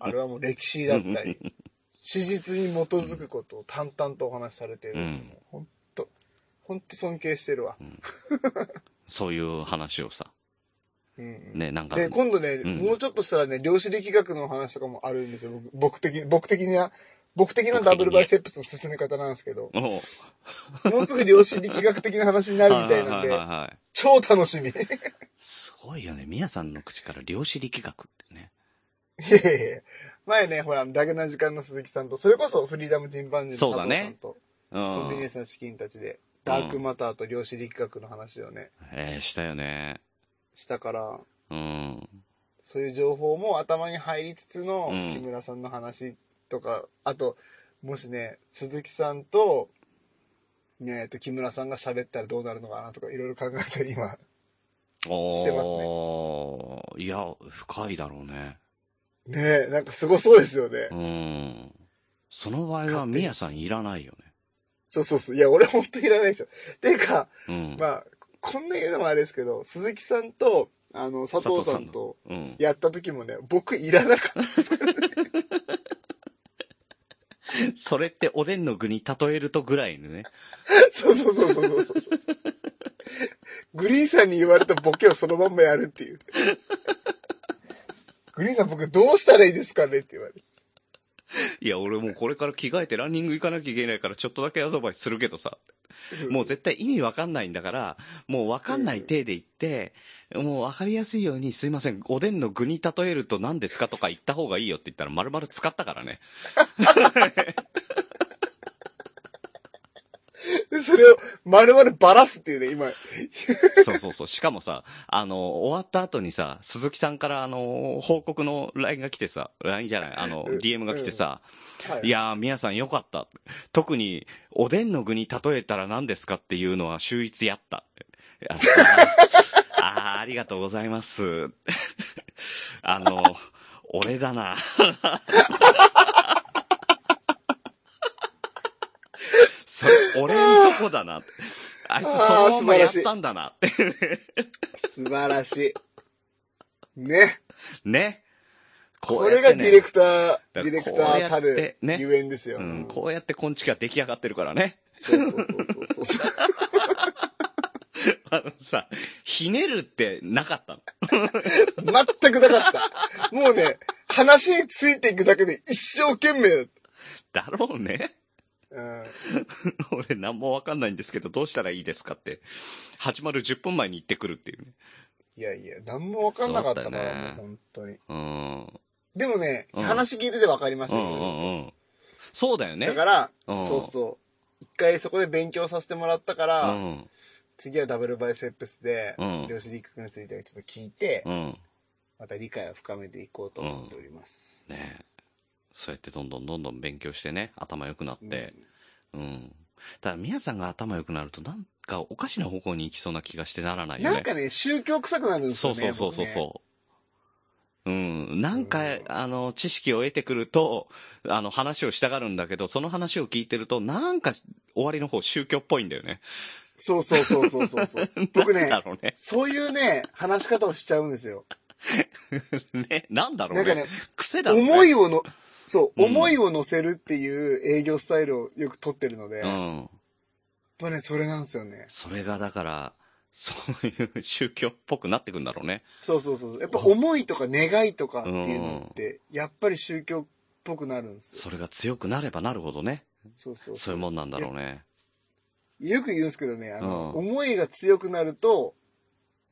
[SPEAKER 1] あれはもう歴史だったり、史実に基づくことを淡々とお話しされてる。
[SPEAKER 2] うん
[SPEAKER 1] もうほんと、ほんと尊敬してるわ。
[SPEAKER 2] そういう話をさ。
[SPEAKER 1] うんうん
[SPEAKER 2] ね、なんか、
[SPEAKER 1] で、今度ね、
[SPEAKER 2] うん
[SPEAKER 1] もうちょっとしたらね、量子力学の話とかもあるんですよ。僕僕的、僕的には、僕的なダブルバイステップスの進め方なんですけど、
[SPEAKER 2] おう
[SPEAKER 1] もうすぐ量子力学的な話になるみたいなん
[SPEAKER 2] はは
[SPEAKER 1] で
[SPEAKER 2] は、はい
[SPEAKER 1] 超楽しみ。い
[SPEAKER 2] すごいよね。みやさんの口から量子力学ってね。
[SPEAKER 1] やいやいや前ね、ほら、ダゲな時間の鈴木さんと、それこそフリーダムチンパンジー
[SPEAKER 2] そう
[SPEAKER 1] の
[SPEAKER 2] だ
[SPEAKER 1] 佐藤さん
[SPEAKER 2] ね
[SPEAKER 1] と、
[SPEAKER 2] う
[SPEAKER 1] コンビニエン
[SPEAKER 2] ん。
[SPEAKER 1] スのチキンたちで、ダークマターと量子力学の話をね、
[SPEAKER 2] えー、したよね。
[SPEAKER 1] したから、
[SPEAKER 2] うん。
[SPEAKER 1] そういう情報も頭に入りつつの
[SPEAKER 2] うん
[SPEAKER 1] 木村さんの話とか、あと、もしね、鈴木さんと、ねえと、木村さんが喋ったらどうなるのかなとか、いろいろ考えたり今。
[SPEAKER 2] お
[SPEAKER 1] してます
[SPEAKER 2] ね。いや、深いだろうね。
[SPEAKER 1] ねえ、なんかすごそうですよね。
[SPEAKER 2] うん。その場合は、みやさんいらないよね。
[SPEAKER 1] そうそうそう。いや、俺ほんといらないでしょ。ていうか、
[SPEAKER 2] うん。
[SPEAKER 1] まあ、こんな言うのもあれですけど、鈴木さんと、あの、佐藤さんと
[SPEAKER 2] うん。
[SPEAKER 1] やった時もね、僕いらなかっ
[SPEAKER 2] それっておでんの具に例えるとぐらいのね。
[SPEAKER 1] た。そうそうそうそう そうそう。グリーンさんに言われたボケをそのまんまやるっていう。グリーンさん僕どうしたらいいですかねって言われて。
[SPEAKER 2] いや、俺もうこれから着替えてランニング行かなきゃいけないから、ちょっとだけアドバイスするけどさ。もう絶対意味わかんないんだから、もうわかんない体で言って、もうわかりやすいように、すいません、おでんの具に例えると何ですかとか言った方がいいよって言ったら、丸々使ったから ね。
[SPEAKER 1] で、それを丸々バラすっていうね、今。
[SPEAKER 2] そうそうそう。しかもさ、あの、終わった後にさ、鈴木さんからあの、報告の LINE が来てさ、LINE じゃない、あの、
[SPEAKER 1] うん
[SPEAKER 2] DM が来てさ、
[SPEAKER 1] はい
[SPEAKER 2] いやー、皆さんよかった。特に、おでんの具に例えたら何ですかっていうのは秀逸やった。いやあーあー、ありがとうございます。あの、俺だな。それ、俺のとこだな。あいつそのままやったんだな。
[SPEAKER 1] 素晴らしい。ね。
[SPEAKER 2] ね。
[SPEAKER 1] これがディレクター、
[SPEAKER 2] だから
[SPEAKER 1] ディレクターた
[SPEAKER 2] こうやって
[SPEAKER 1] る
[SPEAKER 2] ね
[SPEAKER 1] ゆえんですよ。
[SPEAKER 2] うん、こうやってこんちきが出来上がってるからね。
[SPEAKER 1] そうそうそうそうそうそう。
[SPEAKER 2] あのさ、ひねるってなかったの。
[SPEAKER 1] 全くなかった。もうね、話についていくだけで一生懸命だっ
[SPEAKER 2] だろうね。
[SPEAKER 1] うん。
[SPEAKER 2] 俺何もわかんないんですけど、どうしたらいいですかって、始まる10分前に行ってくるっていうね。
[SPEAKER 1] いやいや、何も分かんなかったから、
[SPEAKER 2] そうだよね
[SPEAKER 1] もう本当に。
[SPEAKER 2] うん。
[SPEAKER 1] でもね、
[SPEAKER 2] うん
[SPEAKER 1] 話聞いてて分かりまし
[SPEAKER 2] う
[SPEAKER 1] た
[SPEAKER 2] んうん
[SPEAKER 1] よ。
[SPEAKER 2] うん。そうだよね。
[SPEAKER 1] だから、
[SPEAKER 2] うん
[SPEAKER 1] そうそう。一回そこで勉強させてもらったから、
[SPEAKER 2] うん。
[SPEAKER 1] 次はダブルバイセップスで、
[SPEAKER 2] うん
[SPEAKER 1] 量子力学についてちょっと聞いて、
[SPEAKER 2] うん。
[SPEAKER 1] また理解を深めていこうと思っております。
[SPEAKER 2] ねえそうやってどんどんどんどん勉強してね、頭良くなって。うん。ただ、宮さんが頭良くなると、なんかおかしな方向に行きそうな気がしてならな
[SPEAKER 1] う
[SPEAKER 2] い
[SPEAKER 1] ん
[SPEAKER 2] よね。
[SPEAKER 1] なんかね、宗教臭くなるんです
[SPEAKER 2] そ
[SPEAKER 1] よ
[SPEAKER 2] う
[SPEAKER 1] ね。
[SPEAKER 2] そうそうそう
[SPEAKER 1] 僕ね
[SPEAKER 2] そう。うん。なんか、
[SPEAKER 1] うん
[SPEAKER 2] あの、知識を得てくると、あの、話をしたがるんだけど、その話を聞いてると、なんか、終わりの方、宗教っぽいんだよね。
[SPEAKER 1] そうそうそうそうそうそう。僕ね
[SPEAKER 2] なんだろうね。
[SPEAKER 1] そういうね、話し方をしちゃうんですよ。
[SPEAKER 2] ね、なんだろ
[SPEAKER 1] な
[SPEAKER 2] うん
[SPEAKER 1] か
[SPEAKER 2] ね。
[SPEAKER 1] ね、
[SPEAKER 2] 癖だろうね。
[SPEAKER 1] 思いをの、そう、
[SPEAKER 2] うん
[SPEAKER 1] 思いを乗せるっていう営業スタイルをよく取ってるので、
[SPEAKER 2] う
[SPEAKER 1] やっ
[SPEAKER 2] ん。
[SPEAKER 1] ぱね、それなんですよね。
[SPEAKER 2] それが、だから、そういう宗教っぽくなってくんだろうね。
[SPEAKER 1] そうそうそう。やっぱ思いとか願いとかっていうのって、やっぱり宗教っぽくなるんですよ。
[SPEAKER 2] それが強くなればなるほどね。
[SPEAKER 1] そうそう
[SPEAKER 2] そういうもんなんだろうね。
[SPEAKER 1] よく言うんですけどね、あの、
[SPEAKER 2] うん
[SPEAKER 1] 思いが強くなると、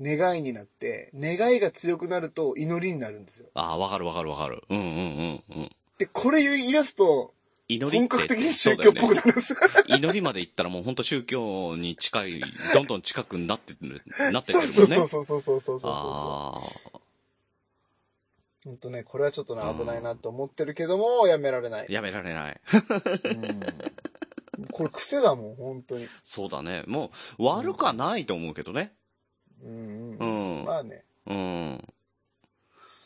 [SPEAKER 1] 願いになって、願いが強くなると祈りになるんですよ。
[SPEAKER 2] ああ、わかるわかるわかる。うんうんうんうん。
[SPEAKER 1] で、これ言い出すと、
[SPEAKER 2] 祈り
[SPEAKER 1] 本
[SPEAKER 2] って。
[SPEAKER 1] 格的に
[SPEAKER 2] そ
[SPEAKER 1] 宗
[SPEAKER 2] うだ
[SPEAKER 1] 教
[SPEAKER 2] よ
[SPEAKER 1] っ
[SPEAKER 2] ね
[SPEAKER 1] ぽくなるんですよ。
[SPEAKER 2] 祈りまで行ったらもう本当宗教に近 い、どんどん近くなってる、なってって
[SPEAKER 1] そ
[SPEAKER 2] るも
[SPEAKER 1] うそう
[SPEAKER 2] んね。
[SPEAKER 1] そうそうそうそうそうそう。
[SPEAKER 2] ああ、
[SPEAKER 1] 本当ね、これはちょっとね
[SPEAKER 2] う、ん
[SPEAKER 1] 危ないなと思ってるけども、やめられない。
[SPEAKER 2] やめられない。
[SPEAKER 1] うん これ癖だもん、本当に。
[SPEAKER 2] そうだね。もう、悪くはないと思うけどね。
[SPEAKER 1] うん
[SPEAKER 2] う
[SPEAKER 1] うん。
[SPEAKER 2] ん。
[SPEAKER 1] まあね。
[SPEAKER 2] うん。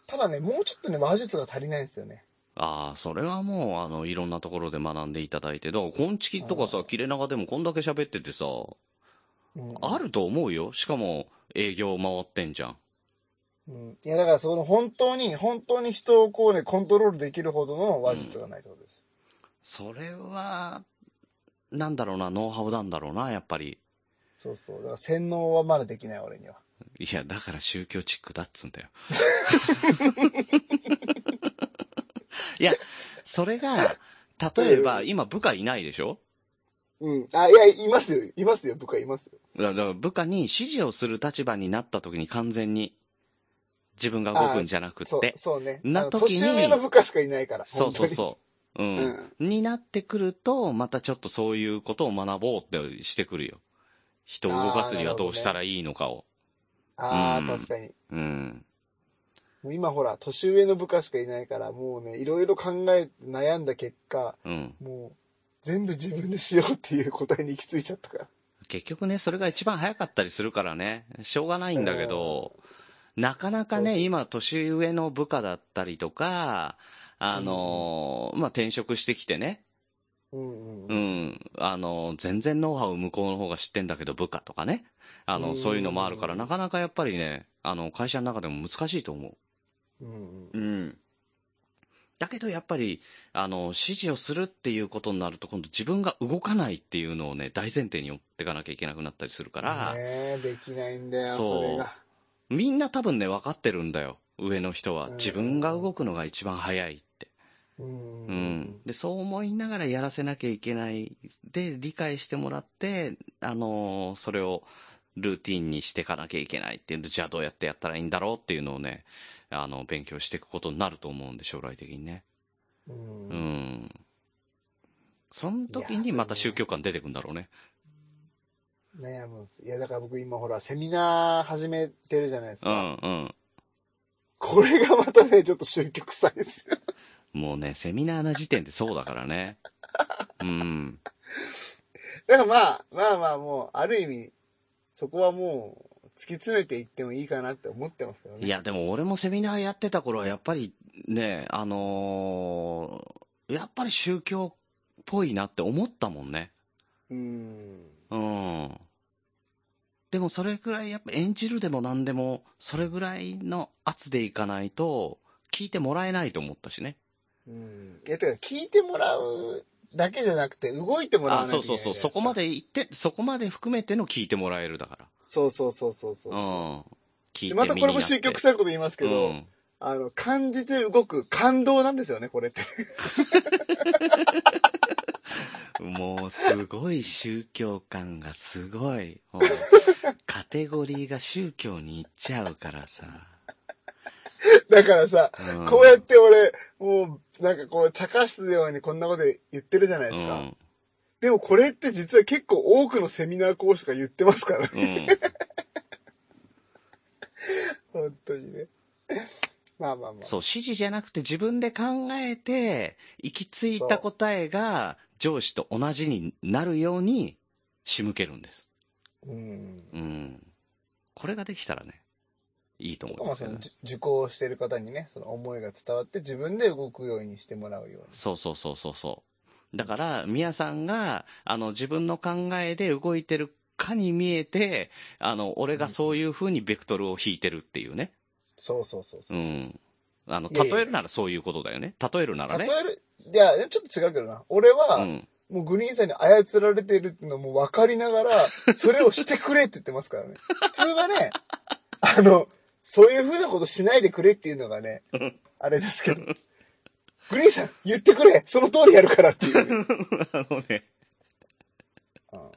[SPEAKER 1] ただね、もうちょっとね、話術が足りないんですよね。
[SPEAKER 2] ああ、それはもう、あの、いろんなところで学んでいただいて、だから、こんちきとか
[SPEAKER 1] う
[SPEAKER 2] さ
[SPEAKER 1] ん、
[SPEAKER 2] 切れ長でもこんだけ喋っててさ、
[SPEAKER 1] うん、
[SPEAKER 2] あると思うよ。しかも、営業回ってんじゃん。
[SPEAKER 1] うん。いや、だからその本当に、本当に人をこうね、コントロールできるほどの話術がないってことです。
[SPEAKER 2] それは、なんだろうな、ノウハウなんだろうな、やっぱり。
[SPEAKER 1] そうそう。だから洗脳はまだできない、俺には。
[SPEAKER 2] いや、だから宗教チックだっつうん だよ。いや、それが、例えば、
[SPEAKER 1] うん
[SPEAKER 2] 今部下いないでしょ
[SPEAKER 1] うん。あ、いや、いますよ。いますよ、部下いますよ。
[SPEAKER 2] だだから部下に指示をする立場になった時に完全に自分が動くんじゃなくっ
[SPEAKER 1] そう
[SPEAKER 2] て、。
[SPEAKER 1] そうね。
[SPEAKER 2] な
[SPEAKER 1] あの
[SPEAKER 2] 時に
[SPEAKER 1] 年上の部下しかいないから。
[SPEAKER 2] そうそう
[SPEAKER 1] 本
[SPEAKER 2] そう。う。
[SPEAKER 1] 当にうんん。
[SPEAKER 2] になってくると、またちょっとそういうことを学ぼうってしてくるよ。人を動かすにはどうしたらいいのかを。
[SPEAKER 1] ああ、
[SPEAKER 2] うん
[SPEAKER 1] 確かに。
[SPEAKER 2] うん。
[SPEAKER 1] もう今ほら、年上の部下しかいないから、もうね、いろいろ考えて悩んだ結果、
[SPEAKER 2] うん。
[SPEAKER 1] もう、全部自分でしようっていう答えに行き着いちゃったから。
[SPEAKER 2] 結局ね、それが一番早かったりするからね、しょうがないんだけど、なかなか
[SPEAKER 1] そう
[SPEAKER 2] ね、今、年上の部下だったりとか、あのーまあ、転職してきてね、
[SPEAKER 1] うんう
[SPEAKER 2] う
[SPEAKER 1] ん。うん、
[SPEAKER 2] ん、あのー全然ノウハウ向こうの方が知ってんだけど、部下とかね、あ
[SPEAKER 1] う
[SPEAKER 2] の、
[SPEAKER 1] ん
[SPEAKER 2] そういうのもあるから、なかなかやっぱりね、あの、会社の中でも難しいと思
[SPEAKER 1] うん
[SPEAKER 2] う。うん。だけどやっぱり、あの、指示をするっていうことになると、今度自分が動かないっていうのをね、大前提に持っていかなきゃいけなくなったりするから、
[SPEAKER 1] ねえ、できないんだよ、そ
[SPEAKER 2] そう
[SPEAKER 1] れが。
[SPEAKER 2] みんな多分ね、分かってるんだよ。上の人は
[SPEAKER 1] うん。
[SPEAKER 2] 自分が動くのが一番早いって。
[SPEAKER 1] うん
[SPEAKER 2] うん。で、そう思いながらやらせなきゃいけない。で、理解してもらって、あのーそれをルーティンにしていかなきゃいけないっていうのじゃあどうやってやったらいいんだろうっていうのをね、あの、勉強していくことになると思うんで、将来的にね。
[SPEAKER 1] う。
[SPEAKER 2] うんん。その時
[SPEAKER 1] いや
[SPEAKER 2] にまた
[SPEAKER 1] そうね
[SPEAKER 2] 宗教観出てくんだろうね。
[SPEAKER 1] 悩むんです。いや、だから僕今ほら、セミナー始めてるじゃないです
[SPEAKER 2] う
[SPEAKER 1] か。
[SPEAKER 2] んうん。
[SPEAKER 1] これがまたね、ちょっと宗教臭いですよ。
[SPEAKER 2] もうね、セミナーの時点でそうだからね。うん。
[SPEAKER 1] だからまあ、まあまあもう、ある意味、そこはもう、突き詰めていってもいいかなって思ってますけどね。
[SPEAKER 2] いや、でも俺もセミナーやってた頃はやっぱりね、あのーやっぱり宗教っぽいなって思ったもんね。
[SPEAKER 1] うん。
[SPEAKER 2] うん。でもそれぐらいやっぱ演じるでも何でも、それぐらいの圧でいかないと、聞いてもらえないと思ったしね。
[SPEAKER 1] うん。いや、てか、聞いてもらうだけじゃなくて、動いてもらわ
[SPEAKER 2] あ、
[SPEAKER 1] ないと
[SPEAKER 2] そ
[SPEAKER 1] いうけな
[SPEAKER 2] そ
[SPEAKER 1] いうじ
[SPEAKER 2] そ、
[SPEAKER 1] ゃないうす
[SPEAKER 2] そ
[SPEAKER 1] か
[SPEAKER 2] こまで行って、そこまで含めての聞いてもらえるだから。
[SPEAKER 1] そうそうそうそうそうう。
[SPEAKER 2] ん。聞いて
[SPEAKER 1] でまたこれも宗教
[SPEAKER 2] い
[SPEAKER 1] 臭いこと言いますけど、
[SPEAKER 2] うん、
[SPEAKER 1] あの、感じて動く感動なんですよね、これって。
[SPEAKER 2] ももうすごい宗教感がすごい。もうカテゴリーが宗教に行っちゃうからさ。
[SPEAKER 1] だからさ、
[SPEAKER 2] ん
[SPEAKER 1] こうやって俺、もう、なんかこう、茶化すようにこんなこと言ってるじゃないですか。
[SPEAKER 2] うん
[SPEAKER 1] でもこれって実は結構多くのセミナー講師が言ってますから ね。
[SPEAKER 2] うん。
[SPEAKER 1] 本当にね。まあまあまあ。
[SPEAKER 2] そう、指示じゃなくて自分で考えて、行き着いた答えが上司と同じになるように仕向けるんです。
[SPEAKER 1] うん。
[SPEAKER 2] うん。これができたらね、いいと思い
[SPEAKER 1] ま
[SPEAKER 2] ま
[SPEAKER 1] あ
[SPEAKER 2] す
[SPEAKER 1] そ
[SPEAKER 2] よ
[SPEAKER 1] の
[SPEAKER 2] ね。
[SPEAKER 1] 受受講してる方にね、その思いが伝わって自分で動くようにしてもらうように。
[SPEAKER 2] そうそうそうそうそう。だから、宮さんが、あの、自分の考えで動いてるかに見えて、あの、俺がそういう風にベクトルを引いてるっていうね。
[SPEAKER 1] そうそうそうそうう。
[SPEAKER 2] ん。あの、
[SPEAKER 1] いやいや
[SPEAKER 2] 例えるならそういうことだよね。例えるなら
[SPEAKER 1] 例
[SPEAKER 2] ね。
[SPEAKER 1] える、いや、ちょっと違うけどな。俺は、
[SPEAKER 2] うん。
[SPEAKER 1] もうグリーンさんに操られてるのも分かりな がら、それをしてくれって言ってますからね。普通はね、あの、そういう風なことしないでくれっていうのがね、あれですけど。グリーンさん、言ってくれその通りやるからっていうね、
[SPEAKER 2] あのね、
[SPEAKER 1] うん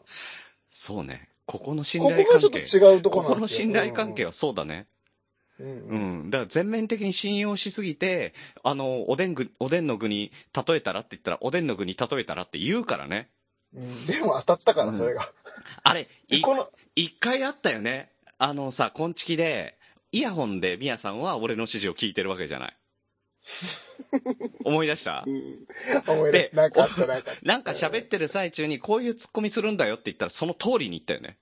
[SPEAKER 2] そうね。ここの信
[SPEAKER 1] こ
[SPEAKER 2] 頼関係。
[SPEAKER 1] こがちょっと違うとこ
[SPEAKER 2] こ
[SPEAKER 1] ろ
[SPEAKER 2] こ
[SPEAKER 1] なん
[SPEAKER 2] の
[SPEAKER 1] ですよ。
[SPEAKER 2] 信頼関係はそうだね。
[SPEAKER 1] うんうん。う
[SPEAKER 2] うん
[SPEAKER 1] うん
[SPEAKER 2] ん。だから全面的に信用しすぎて、あの、おでんぐ、おでんの具に例えたらって言ったら、おでんの具に例えたらって言うからね。
[SPEAKER 1] うんでも当たったから、それが。
[SPEAKER 2] あれ、い
[SPEAKER 1] この、
[SPEAKER 2] 一回あったよね。あのさ、こんちきで、イヤホンでミヤさんは俺の指示を聞いてるわけじゃない。思い出した
[SPEAKER 1] うん思い出す。
[SPEAKER 2] で
[SPEAKER 1] なんかあった、なんかあった。
[SPEAKER 2] なんか喋ってる最中にこういうツッコミするんだよって言ったらその通りに言ったよね。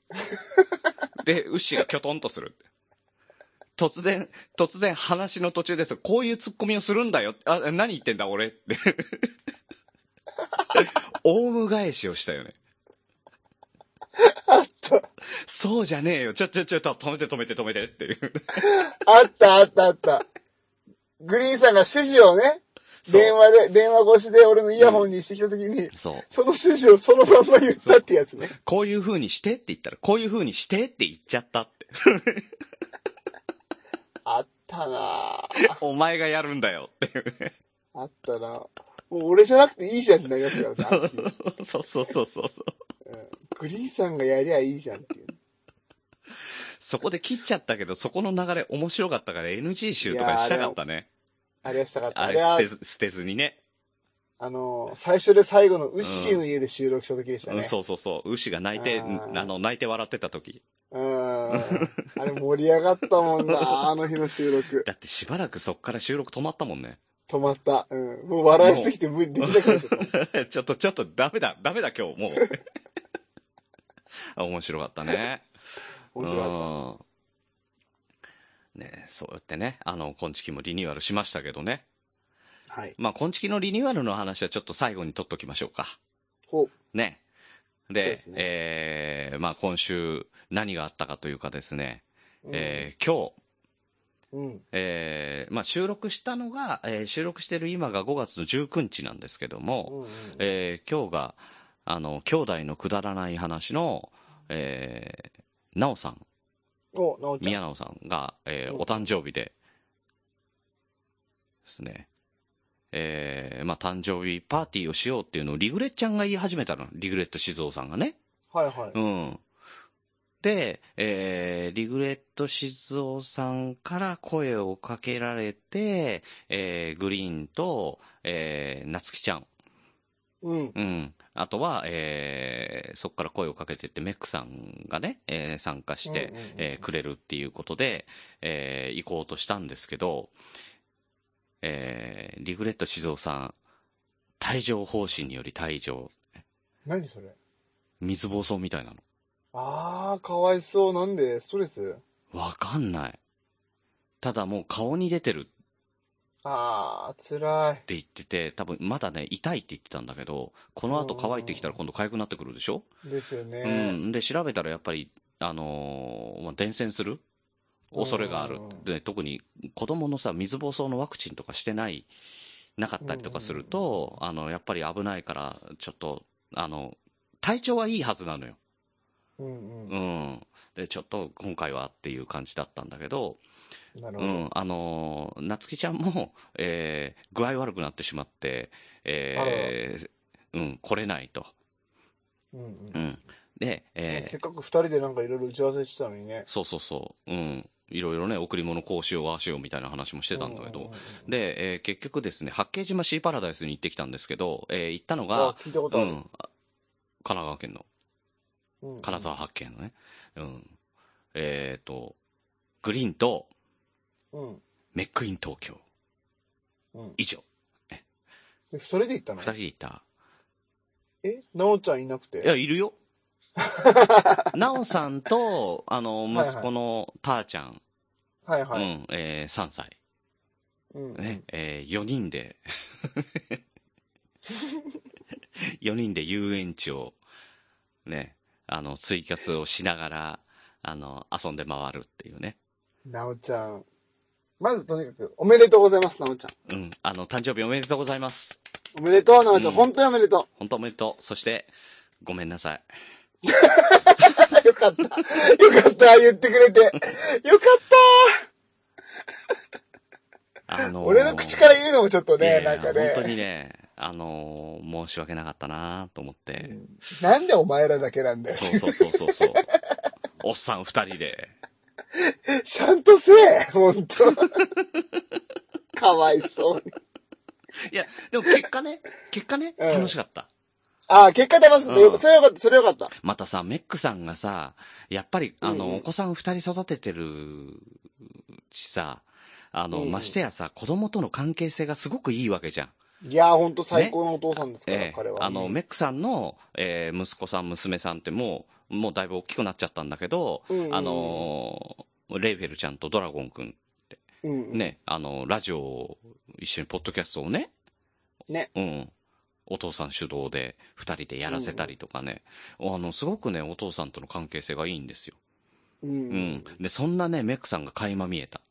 [SPEAKER 2] で、ウッシーがキョトンとするって。突然、突然話の途中です。こういうツッコミをするんだよ。あ、何言ってんだ俺って。オウム返しをしたよね。
[SPEAKER 1] あった。
[SPEAKER 2] そうじゃねえよ。ちょ、ちょ、ちょ、止めて止めて止めてっていう。
[SPEAKER 1] あった、あった、あった。グリーンさんが指示をね、
[SPEAKER 2] そう
[SPEAKER 1] 電話で、電話越しで俺のイヤホンにしてきたときに、
[SPEAKER 2] そう。
[SPEAKER 1] その指示をそのまんま言ったってやつね。
[SPEAKER 2] こういう風にしてって言ったら、こういう風にしてって言っちゃったって。
[SPEAKER 1] あったなぁ。
[SPEAKER 2] お前がやるんだよっていうね。
[SPEAKER 1] あったなぁ。もう俺じゃなくていいじゃんってなりますからねあの時。
[SPEAKER 2] そうそうそうそうそう。
[SPEAKER 1] グリーンさんがやりゃいいじゃんっていう。
[SPEAKER 2] そこで切っちゃったけど、そこの流れ面白かったから NG 集とかにしたかったね。
[SPEAKER 1] あれはしたかった。
[SPEAKER 2] あ
[SPEAKER 1] あ
[SPEAKER 2] れ
[SPEAKER 1] れ
[SPEAKER 2] 捨
[SPEAKER 1] は
[SPEAKER 2] て、ず、捨てずにね。
[SPEAKER 1] あの、最初で最後のウッシーの家で収録した時でした
[SPEAKER 2] うん
[SPEAKER 1] ね。
[SPEAKER 2] そうそうそう。牛が泣いて、
[SPEAKER 1] あ
[SPEAKER 2] ん
[SPEAKER 1] ー
[SPEAKER 2] あの、泣いて笑ってた時。
[SPEAKER 1] うん。あれ盛り上がったも んな、あの日の収録。
[SPEAKER 2] だってしばらくそっから収録止まったもんね。
[SPEAKER 1] 止まった。うん。もう笑いすぎて無理できなくなっちゃった。
[SPEAKER 2] ちょっと、ちょっとダメだ、ダメだ今日、もう。 あ面白かったね。
[SPEAKER 1] 面白かっ
[SPEAKER 2] うんねそうやってね、あの、昆虫もリニューアルしましたけどね。
[SPEAKER 1] た。はい。
[SPEAKER 2] まあ、昆虫のリニューアルの話はちょっと最後に取っときましょうか。
[SPEAKER 1] ほう。
[SPEAKER 2] ね。
[SPEAKER 1] そう
[SPEAKER 2] で、
[SPEAKER 1] ですね
[SPEAKER 2] えーまあ、今週何があったかというかですね、
[SPEAKER 1] うん
[SPEAKER 2] えー今日、
[SPEAKER 1] うん。
[SPEAKER 2] えーまあ、収録したのが、えー収録してる今が5月の19日なんですけども、
[SPEAKER 1] うんうん
[SPEAKER 2] えー今日が、あの、兄弟のくだらない話の、えー、なおさん、
[SPEAKER 1] お、なおちゃ
[SPEAKER 2] 宮
[SPEAKER 1] ん。
[SPEAKER 2] 直さんが、えー
[SPEAKER 1] うん
[SPEAKER 2] お誕生日で、ですね。えーまあ、誕生日パーティーをしようっていうのをリグレッちゃんが言い始めたの。リグレット静雄さんがね。
[SPEAKER 1] はいはい。
[SPEAKER 2] うん。で、えーリグレット静雄さんから声をかけられて、えーグリーンと、えー、夏希ちゃん。
[SPEAKER 1] うん。
[SPEAKER 2] うん。あとは、えーそこから声をかけてって、メックさんがね、えー参加して、
[SPEAKER 1] うんうんうん
[SPEAKER 2] えーくれるっていうことで、えー行こうとしたんですけど、えーリグレット静雄さん、帯状疱疹により退場、
[SPEAKER 1] 何それ
[SPEAKER 2] 水暴走みたいなの。
[SPEAKER 1] あー、かわいそう。なんでストレス
[SPEAKER 2] わかんない。ただもう顔に出てるって
[SPEAKER 1] あー、辛い。
[SPEAKER 2] 言ってて、多分まだね、痛いって言ってたんだけど、この後乾いてきたら今度痒くなってくるでしょ
[SPEAKER 1] ですよ
[SPEAKER 2] う
[SPEAKER 1] ね。
[SPEAKER 2] ん。で、調べたらやっぱり、あのーまあ、伝染する恐れがある
[SPEAKER 1] うん。
[SPEAKER 2] で、特に子供のさ、水暴走のワクチンとかしてない、なかったりとかすると、あの、やっぱり危ないから、ちょっと、あの、体調はいいはずなのよ。
[SPEAKER 1] うんう。
[SPEAKER 2] うんん。で、ちょっと今回はっていう感じだったんだけど、
[SPEAKER 1] なる
[SPEAKER 2] う
[SPEAKER 1] ほど。
[SPEAKER 2] ん、あのー、夏希ちゃんも、 えー具合悪くなってしまって、えーうん、来れないと。
[SPEAKER 1] うんうん
[SPEAKER 2] うん。で、
[SPEAKER 1] ね
[SPEAKER 2] えー
[SPEAKER 1] せっかく二人でなんかいろいろ打ち合わせしてたのにね。
[SPEAKER 2] そうそうそう。うん。いろいろね、贈り物こうしよう、ああしようみたいな話もしてたんだけど。
[SPEAKER 1] ううううん、
[SPEAKER 2] で、えー結局ですね、八景島シーパラダイスに行ってきたんですけど、えー行ったの
[SPEAKER 1] あ
[SPEAKER 2] が、
[SPEAKER 1] 聞いたこ
[SPEAKER 2] う
[SPEAKER 1] とある。
[SPEAKER 2] ん、あ神奈川県の、
[SPEAKER 1] うんうん
[SPEAKER 2] 金沢八景のね、うん、えっ、と、グリーンと
[SPEAKER 1] うん。
[SPEAKER 2] メックイン東京、
[SPEAKER 1] うん。
[SPEAKER 2] 以上、
[SPEAKER 1] で二人で行った
[SPEAKER 2] 二
[SPEAKER 1] の
[SPEAKER 2] 人で行った。
[SPEAKER 1] えなおちゃんいなくて。
[SPEAKER 2] いや、いる よ。なおさんと、あの、
[SPEAKER 1] はいはい
[SPEAKER 2] 息子のたーちゃん、
[SPEAKER 1] はいは
[SPEAKER 2] う
[SPEAKER 1] い。
[SPEAKER 2] ん、えー、3歳、
[SPEAKER 1] うん。
[SPEAKER 2] ね、えー、4人で、4人で遊園地を、ね、あの、ツイキャスをしながら、あの、遊んで回るっていうね。
[SPEAKER 1] なおちゃん。まずとにかく、おめでとうございます、なおちゃん。
[SPEAKER 2] うん、あの、誕生日おめでとうございます。
[SPEAKER 1] おめでとう、なおちゃ
[SPEAKER 2] うん
[SPEAKER 1] ん。本当におめでと
[SPEAKER 2] 本当おめでとう。そして、ごめんなさい。
[SPEAKER 1] う。よかった。よかった、言ってくれて。よかっ
[SPEAKER 2] あのー
[SPEAKER 1] た。俺の口から言うのもちょっと
[SPEAKER 2] いや
[SPEAKER 1] ね、
[SPEAKER 2] いや
[SPEAKER 1] なんかね。
[SPEAKER 2] 本当にね、あのー申し訳なかったなと思って。
[SPEAKER 1] なんでお前らだけなんだよ。
[SPEAKER 2] そうそうそうそうそう。おっさん二人で。
[SPEAKER 1] ちゃんと せえ、本当かわいそうに。
[SPEAKER 2] いや、でも結果ね、結果ね、
[SPEAKER 1] うん
[SPEAKER 2] 楽しかった。
[SPEAKER 1] ああ、結果楽しかった。よ
[SPEAKER 2] うん
[SPEAKER 1] それよかった、それよかった。
[SPEAKER 2] またさ、メックさんがさ、やっぱり、あの、
[SPEAKER 1] うんうん
[SPEAKER 2] お子さん二人育ててるしさ、あの、
[SPEAKER 1] うんうん
[SPEAKER 2] ましてやさ、子供との関係性がすごくいいわけじゃん。
[SPEAKER 1] いやー、ほんと最高のお父さんですから、
[SPEAKER 2] ええ
[SPEAKER 1] 彼は。
[SPEAKER 2] あの、
[SPEAKER 1] うん
[SPEAKER 2] メックさんの、えー息子さん、娘さんってもう、もうだいぶ大きくなっちゃったんだけど、
[SPEAKER 1] うんうんうん
[SPEAKER 2] あのー、レイフェルちゃんとドラゴンくん、
[SPEAKER 1] うん、
[SPEAKER 2] ね、あの、ラジオを一緒に、ポッドキャストをね、
[SPEAKER 1] ね。
[SPEAKER 2] うん。お父さん主導で二人でやらせたりとかね、あの、すごくね、お父さんとの関係性がいいんですよ。
[SPEAKER 1] う。
[SPEAKER 2] うんん。で、そんなね、メックさんが垣間見えた。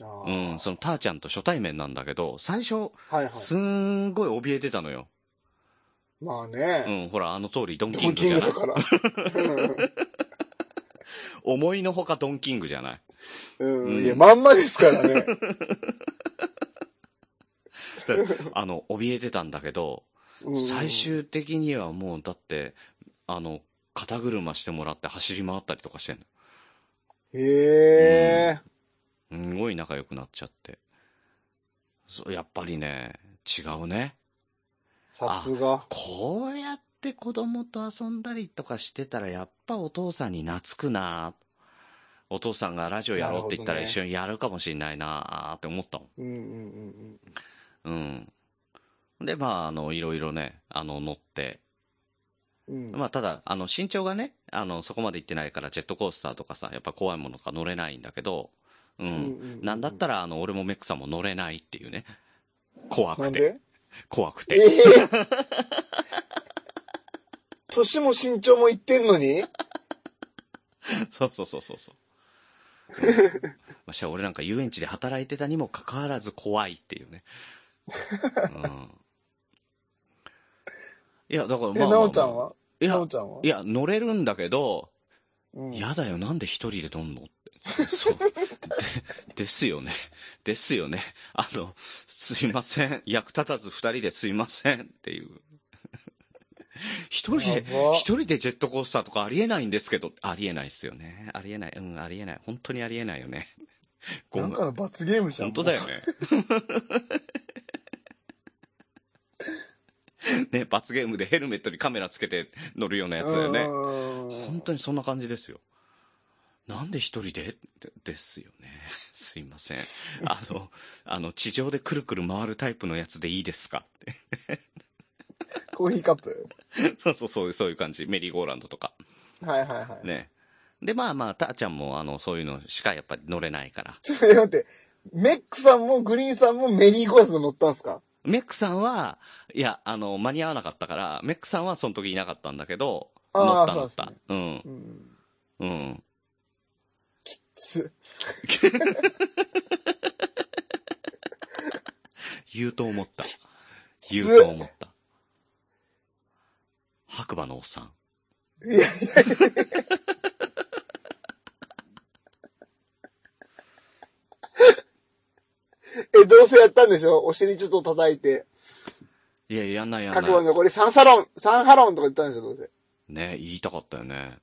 [SPEAKER 1] あー
[SPEAKER 2] うん。その、ターちゃんと初対面なんだけど、最初、
[SPEAKER 1] はいはい。
[SPEAKER 2] すんごい怯えてたのよ。
[SPEAKER 1] まあね。
[SPEAKER 2] うん。ほら、あの通り、ドンキ
[SPEAKER 1] ド
[SPEAKER 2] ン
[SPEAKER 1] ン
[SPEAKER 2] グ
[SPEAKER 1] キ
[SPEAKER 2] じ
[SPEAKER 1] ン
[SPEAKER 2] ゃ
[SPEAKER 1] グ
[SPEAKER 2] ない
[SPEAKER 1] だから。う
[SPEAKER 2] 思いのほかドンキングじゃない。
[SPEAKER 1] ん
[SPEAKER 2] う
[SPEAKER 1] うんん。いや、まんまですからね。
[SPEAKER 2] あの、怯えてたんだけど、
[SPEAKER 1] うん
[SPEAKER 2] 最。終的にはもう、だって、あの、肩車してもらって走り回ったりとかしてんの。
[SPEAKER 1] へえ。
[SPEAKER 2] すんごい仲良くなっちゃって。そうやっぱりね、違うね。
[SPEAKER 1] さすが。
[SPEAKER 2] こうやって子供と遊んだりとかしてたら、やっぱお父さんに懐くなお父さんがラジオやろうって言ったら
[SPEAKER 1] なる
[SPEAKER 2] 一
[SPEAKER 1] ほど
[SPEAKER 2] 緒にやるかもしれないなって思ったもん。
[SPEAKER 1] うんうんうん
[SPEAKER 2] うん。で、まあ、あの、いろいろね、あの、乗って。
[SPEAKER 1] うん。うん。
[SPEAKER 2] まあ、ただ、あの、身長がね、あの、そこまで行ってないから、ジェットコースターとかさ、やっぱ怖いものとか乗れないんだけど、う。
[SPEAKER 1] うんうう
[SPEAKER 2] なんだったら、あの、俺もメックさんも乗れないっていうね。怖
[SPEAKER 1] な
[SPEAKER 2] く
[SPEAKER 1] ん
[SPEAKER 2] て、
[SPEAKER 1] で
[SPEAKER 2] 怖く
[SPEAKER 1] え
[SPEAKER 2] て。
[SPEAKER 1] え年も身長もいってんのに
[SPEAKER 2] そうそうそうそうそう。うんましてや俺なんか遊園地で働いてたにもかかわらず怖いっていうね。うん。いや、だからまあ
[SPEAKER 1] え、
[SPEAKER 2] まあまあ
[SPEAKER 1] なおちゃんはいな
[SPEAKER 2] や
[SPEAKER 1] お、ちゃんはい
[SPEAKER 2] や、乗れるんだけど、
[SPEAKER 1] うん
[SPEAKER 2] やだよ、なんで一人で撮んのって。 そう。で、ですよね。ですよね。あの、すいません。役立たず二人ですいませんっていう。一人で、
[SPEAKER 1] やば
[SPEAKER 2] 一人でジェットコースターとかありえないんですけど、ありえないっすよね。ありえない。うん、ありえない。本当にありえないよね。ごめ
[SPEAKER 1] なん
[SPEAKER 2] ん。
[SPEAKER 1] かの罰ゲームじゃん。
[SPEAKER 2] 本当だよね。 ね、罰ゲームでヘルメットにカメラつけて乗るようなやつだよね。本
[SPEAKER 1] 本
[SPEAKER 2] 当にそんな感じですよ。なんで一人でってですよね。 すいません。あ の、あの、地上でくるくる回るタイプのやつでいいですか っ
[SPEAKER 1] コーヒーカップ
[SPEAKER 2] て。そうそうそう、そういう感じ。メリーゴーランドとか。
[SPEAKER 1] はいはいはい。
[SPEAKER 2] ね。で、まあまあ、たーちゃんも、あの、そういうのしかやっぱり乗れないから。
[SPEAKER 1] ちょっと待って、メックさんもグリーンさんもメリーゴーランド乗ったんすか
[SPEAKER 2] メックさんは、いや、あの、間に合わなかったから、メックさんはその時いなかったんだけど、
[SPEAKER 1] あー
[SPEAKER 2] 乗った乗
[SPEAKER 1] そうで
[SPEAKER 2] っ
[SPEAKER 1] すね
[SPEAKER 2] た。うん
[SPEAKER 1] う。ん。
[SPEAKER 2] うん。
[SPEAKER 1] つ、
[SPEAKER 2] 言うと思った。言うと思った。白馬のおっさん。
[SPEAKER 1] いやいやいや。え、どうせやったんでしょお尻ちょっと叩いて。
[SPEAKER 2] いや、やんないやん
[SPEAKER 1] 覚悟
[SPEAKER 2] な
[SPEAKER 1] の残り3サロン、3ハロンとか言ったんでしょ、どうせ。
[SPEAKER 2] い。ね、言いたかったよね。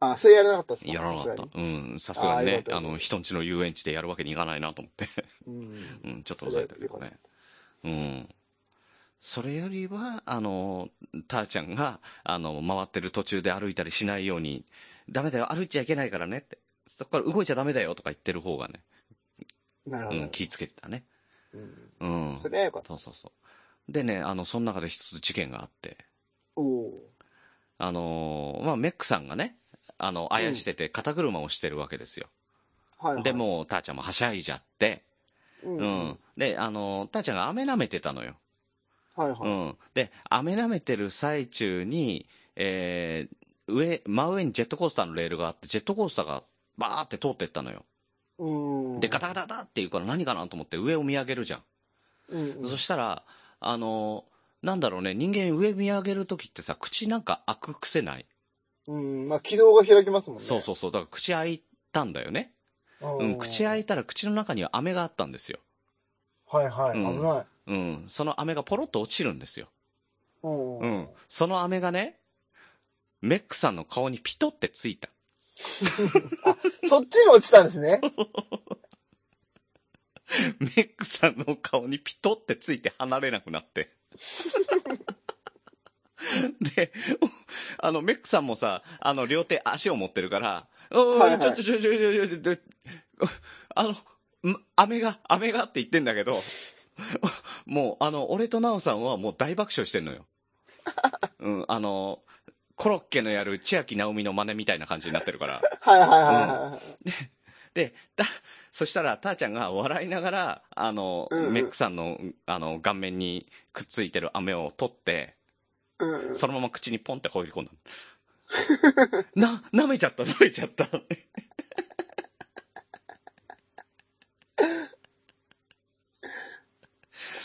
[SPEAKER 1] あ、それやらなかったっすか
[SPEAKER 2] やらなかった
[SPEAKER 1] さ。
[SPEAKER 2] うん、さすがに
[SPEAKER 1] あーよ
[SPEAKER 2] ね、
[SPEAKER 1] かった
[SPEAKER 2] あの、人んちの遊園地でやるわけにいかないなと思って。
[SPEAKER 1] すがにうん。
[SPEAKER 2] うん、ちょっと抑えたけどね。うん。それよりは、あの、たーちゃんが、あの、回ってる途中で歩いたりしないように、ダメだよ、歩いちゃいけないからねって。そこから動いちゃダメだよとか言ってる方がね、
[SPEAKER 1] なるほ
[SPEAKER 2] う
[SPEAKER 1] ど。
[SPEAKER 2] ん、気ぃつけてたね。
[SPEAKER 1] うん
[SPEAKER 2] うん。
[SPEAKER 1] それはよかった。
[SPEAKER 2] そうそうそう。でね、あの、その中で一つ事件があって、
[SPEAKER 1] おお
[SPEAKER 2] あのーまあ、メックさんがね、あの、あやしてて肩車をしてるわけですよ。
[SPEAKER 1] ー。はい、はい。
[SPEAKER 2] で、もう、たーちゃんもはしゃいじゃって、
[SPEAKER 1] うん。
[SPEAKER 2] う
[SPEAKER 1] は
[SPEAKER 2] ん。で、あのーたーちゃんが飴舐めてたのよ。
[SPEAKER 1] いは
[SPEAKER 2] う
[SPEAKER 1] い。
[SPEAKER 2] ん。で、飴舐めてる最中に、えー上、真上にジェットコースターのレールがあって、ジェットコースターがバーって通ってったのよ。
[SPEAKER 1] うん。
[SPEAKER 2] で、ガタガタガタって言うから何かなと思って上を見上げるじゃん。
[SPEAKER 1] うんうん。
[SPEAKER 2] そしたら、あのーなんだろうね、人間上見上げるときってさ、口なんか開く癖ない。
[SPEAKER 1] うん。まあ、軌道が開きますもんね。
[SPEAKER 2] そうそうそう。だから口開いたんだよね。
[SPEAKER 1] う
[SPEAKER 2] うん、口開
[SPEAKER 1] い。
[SPEAKER 2] いたら口の中には飴があったんですよ。
[SPEAKER 1] はいはい。
[SPEAKER 2] うん
[SPEAKER 1] 危ない。
[SPEAKER 2] うん、その飴がポロッと落ちるんですよ。
[SPEAKER 1] うん。
[SPEAKER 2] うん。その飴がね、メックさんの顔にピトってついた。
[SPEAKER 1] そっちに落ちたんですね。
[SPEAKER 2] メックさんの顔にピトってついて離れなくな って。で、おあの、メックさんもさ、あの、両手足を持ってるから、おい
[SPEAKER 1] はいはい
[SPEAKER 2] ちょっとちょちょちょちょちょ、あの、ん飴が、飴がって言ってんだけど、もう、あの、俺とナオさんはもう大爆笑してんの よ。うん、あの、コロッケのやる千秋直美の真似みたいな感じになってるから。
[SPEAKER 1] はいはいはいはい。
[SPEAKER 2] で、た、 そしたら、たーちゃんが笑いながら、あの、
[SPEAKER 1] うんうん
[SPEAKER 2] メックさんの、あの、顔面にくっついてる飴を取って、
[SPEAKER 1] うん。
[SPEAKER 2] そのまま口にポンって放り込んだの。 な、舐めちゃった、舐めちゃった。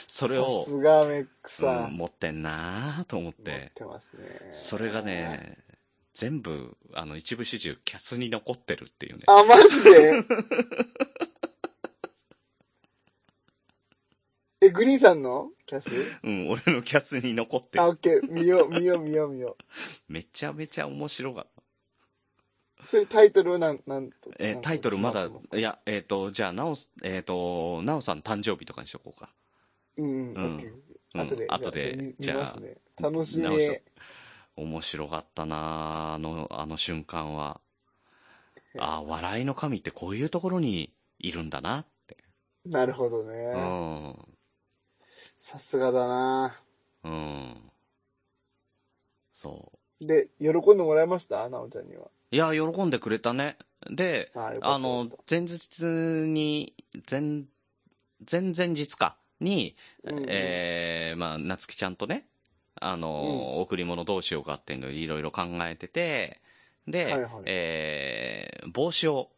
[SPEAKER 2] それを
[SPEAKER 1] さ、すがメックさ
[SPEAKER 2] うん
[SPEAKER 1] ん。
[SPEAKER 2] 持ってんなーと思っ、
[SPEAKER 1] 持っててますね。
[SPEAKER 2] それが。ね、全部、あの、一部始終、キャスに残ってるっていうね。
[SPEAKER 1] あ、マ ジでえ、グリーンさんのキャス
[SPEAKER 2] うん、俺のキャスに残ってる
[SPEAKER 1] あ、。オッケー。見よう、見よう、見よう、見よ
[SPEAKER 2] めちゃめちゃ面白かった。
[SPEAKER 1] う。それタイトルはなん、なんと。
[SPEAKER 2] えータイトルまだ
[SPEAKER 1] なんと決、
[SPEAKER 2] いや、えっ、と、じゃあ、なおす、えっ、と、なおさん誕生日とかにしとこうか。
[SPEAKER 1] まって
[SPEAKER 2] う
[SPEAKER 1] ますうんん、オッケー。
[SPEAKER 2] うん
[SPEAKER 1] 後で、
[SPEAKER 2] 後で
[SPEAKER 1] じゃあそれ見見
[SPEAKER 2] じゃあ
[SPEAKER 1] ますね。
[SPEAKER 2] 直し
[SPEAKER 1] 楽し
[SPEAKER 2] 面白かったなああの、あの瞬間は。ああ、笑いの神ってこういうところにいるんだなって。
[SPEAKER 1] み。なるほど
[SPEAKER 2] う
[SPEAKER 1] ね。
[SPEAKER 2] ん。
[SPEAKER 1] さすがだな
[SPEAKER 2] うん。そ
[SPEAKER 1] で、喜んでもらいましたなおちゃんには。
[SPEAKER 2] う。いや、喜んでくれたね。で、
[SPEAKER 1] あーよかった
[SPEAKER 2] あの
[SPEAKER 1] よかっ、
[SPEAKER 2] 前日に、前、前々日か、に、
[SPEAKER 1] たうん
[SPEAKER 2] えー、まあ、夏希ちゃんとね、あのー、贈り物どうしようかっていうのをいろいろ考えてて、で、
[SPEAKER 1] はいはい
[SPEAKER 2] えー、帽子を、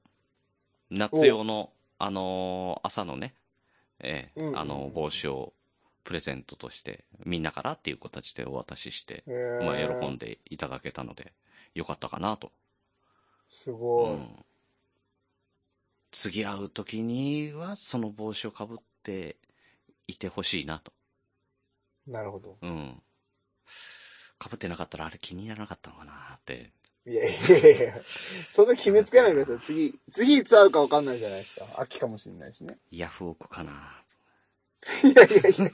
[SPEAKER 2] 夏用の、あのー、朝のね、えー
[SPEAKER 1] うんうんうん
[SPEAKER 2] あのー、帽子をプレゼントとして、みんなからっていう形でお渡しして、
[SPEAKER 1] へー
[SPEAKER 2] まあ、喜んでいただけたので、よかったかなと。
[SPEAKER 1] すごい。
[SPEAKER 2] うん次会う時には、その帽子をかぶっていてほしいなと。
[SPEAKER 1] なるほど。
[SPEAKER 2] うん。かぶってなかったらあれ気にならなかったのかなって。
[SPEAKER 1] いやいやいやいやそんな決めつけないでください。次、次いつ会うか分かんないじゃないですか。秋かもしれないしね。
[SPEAKER 2] ヤフオクかない
[SPEAKER 1] やいやいや。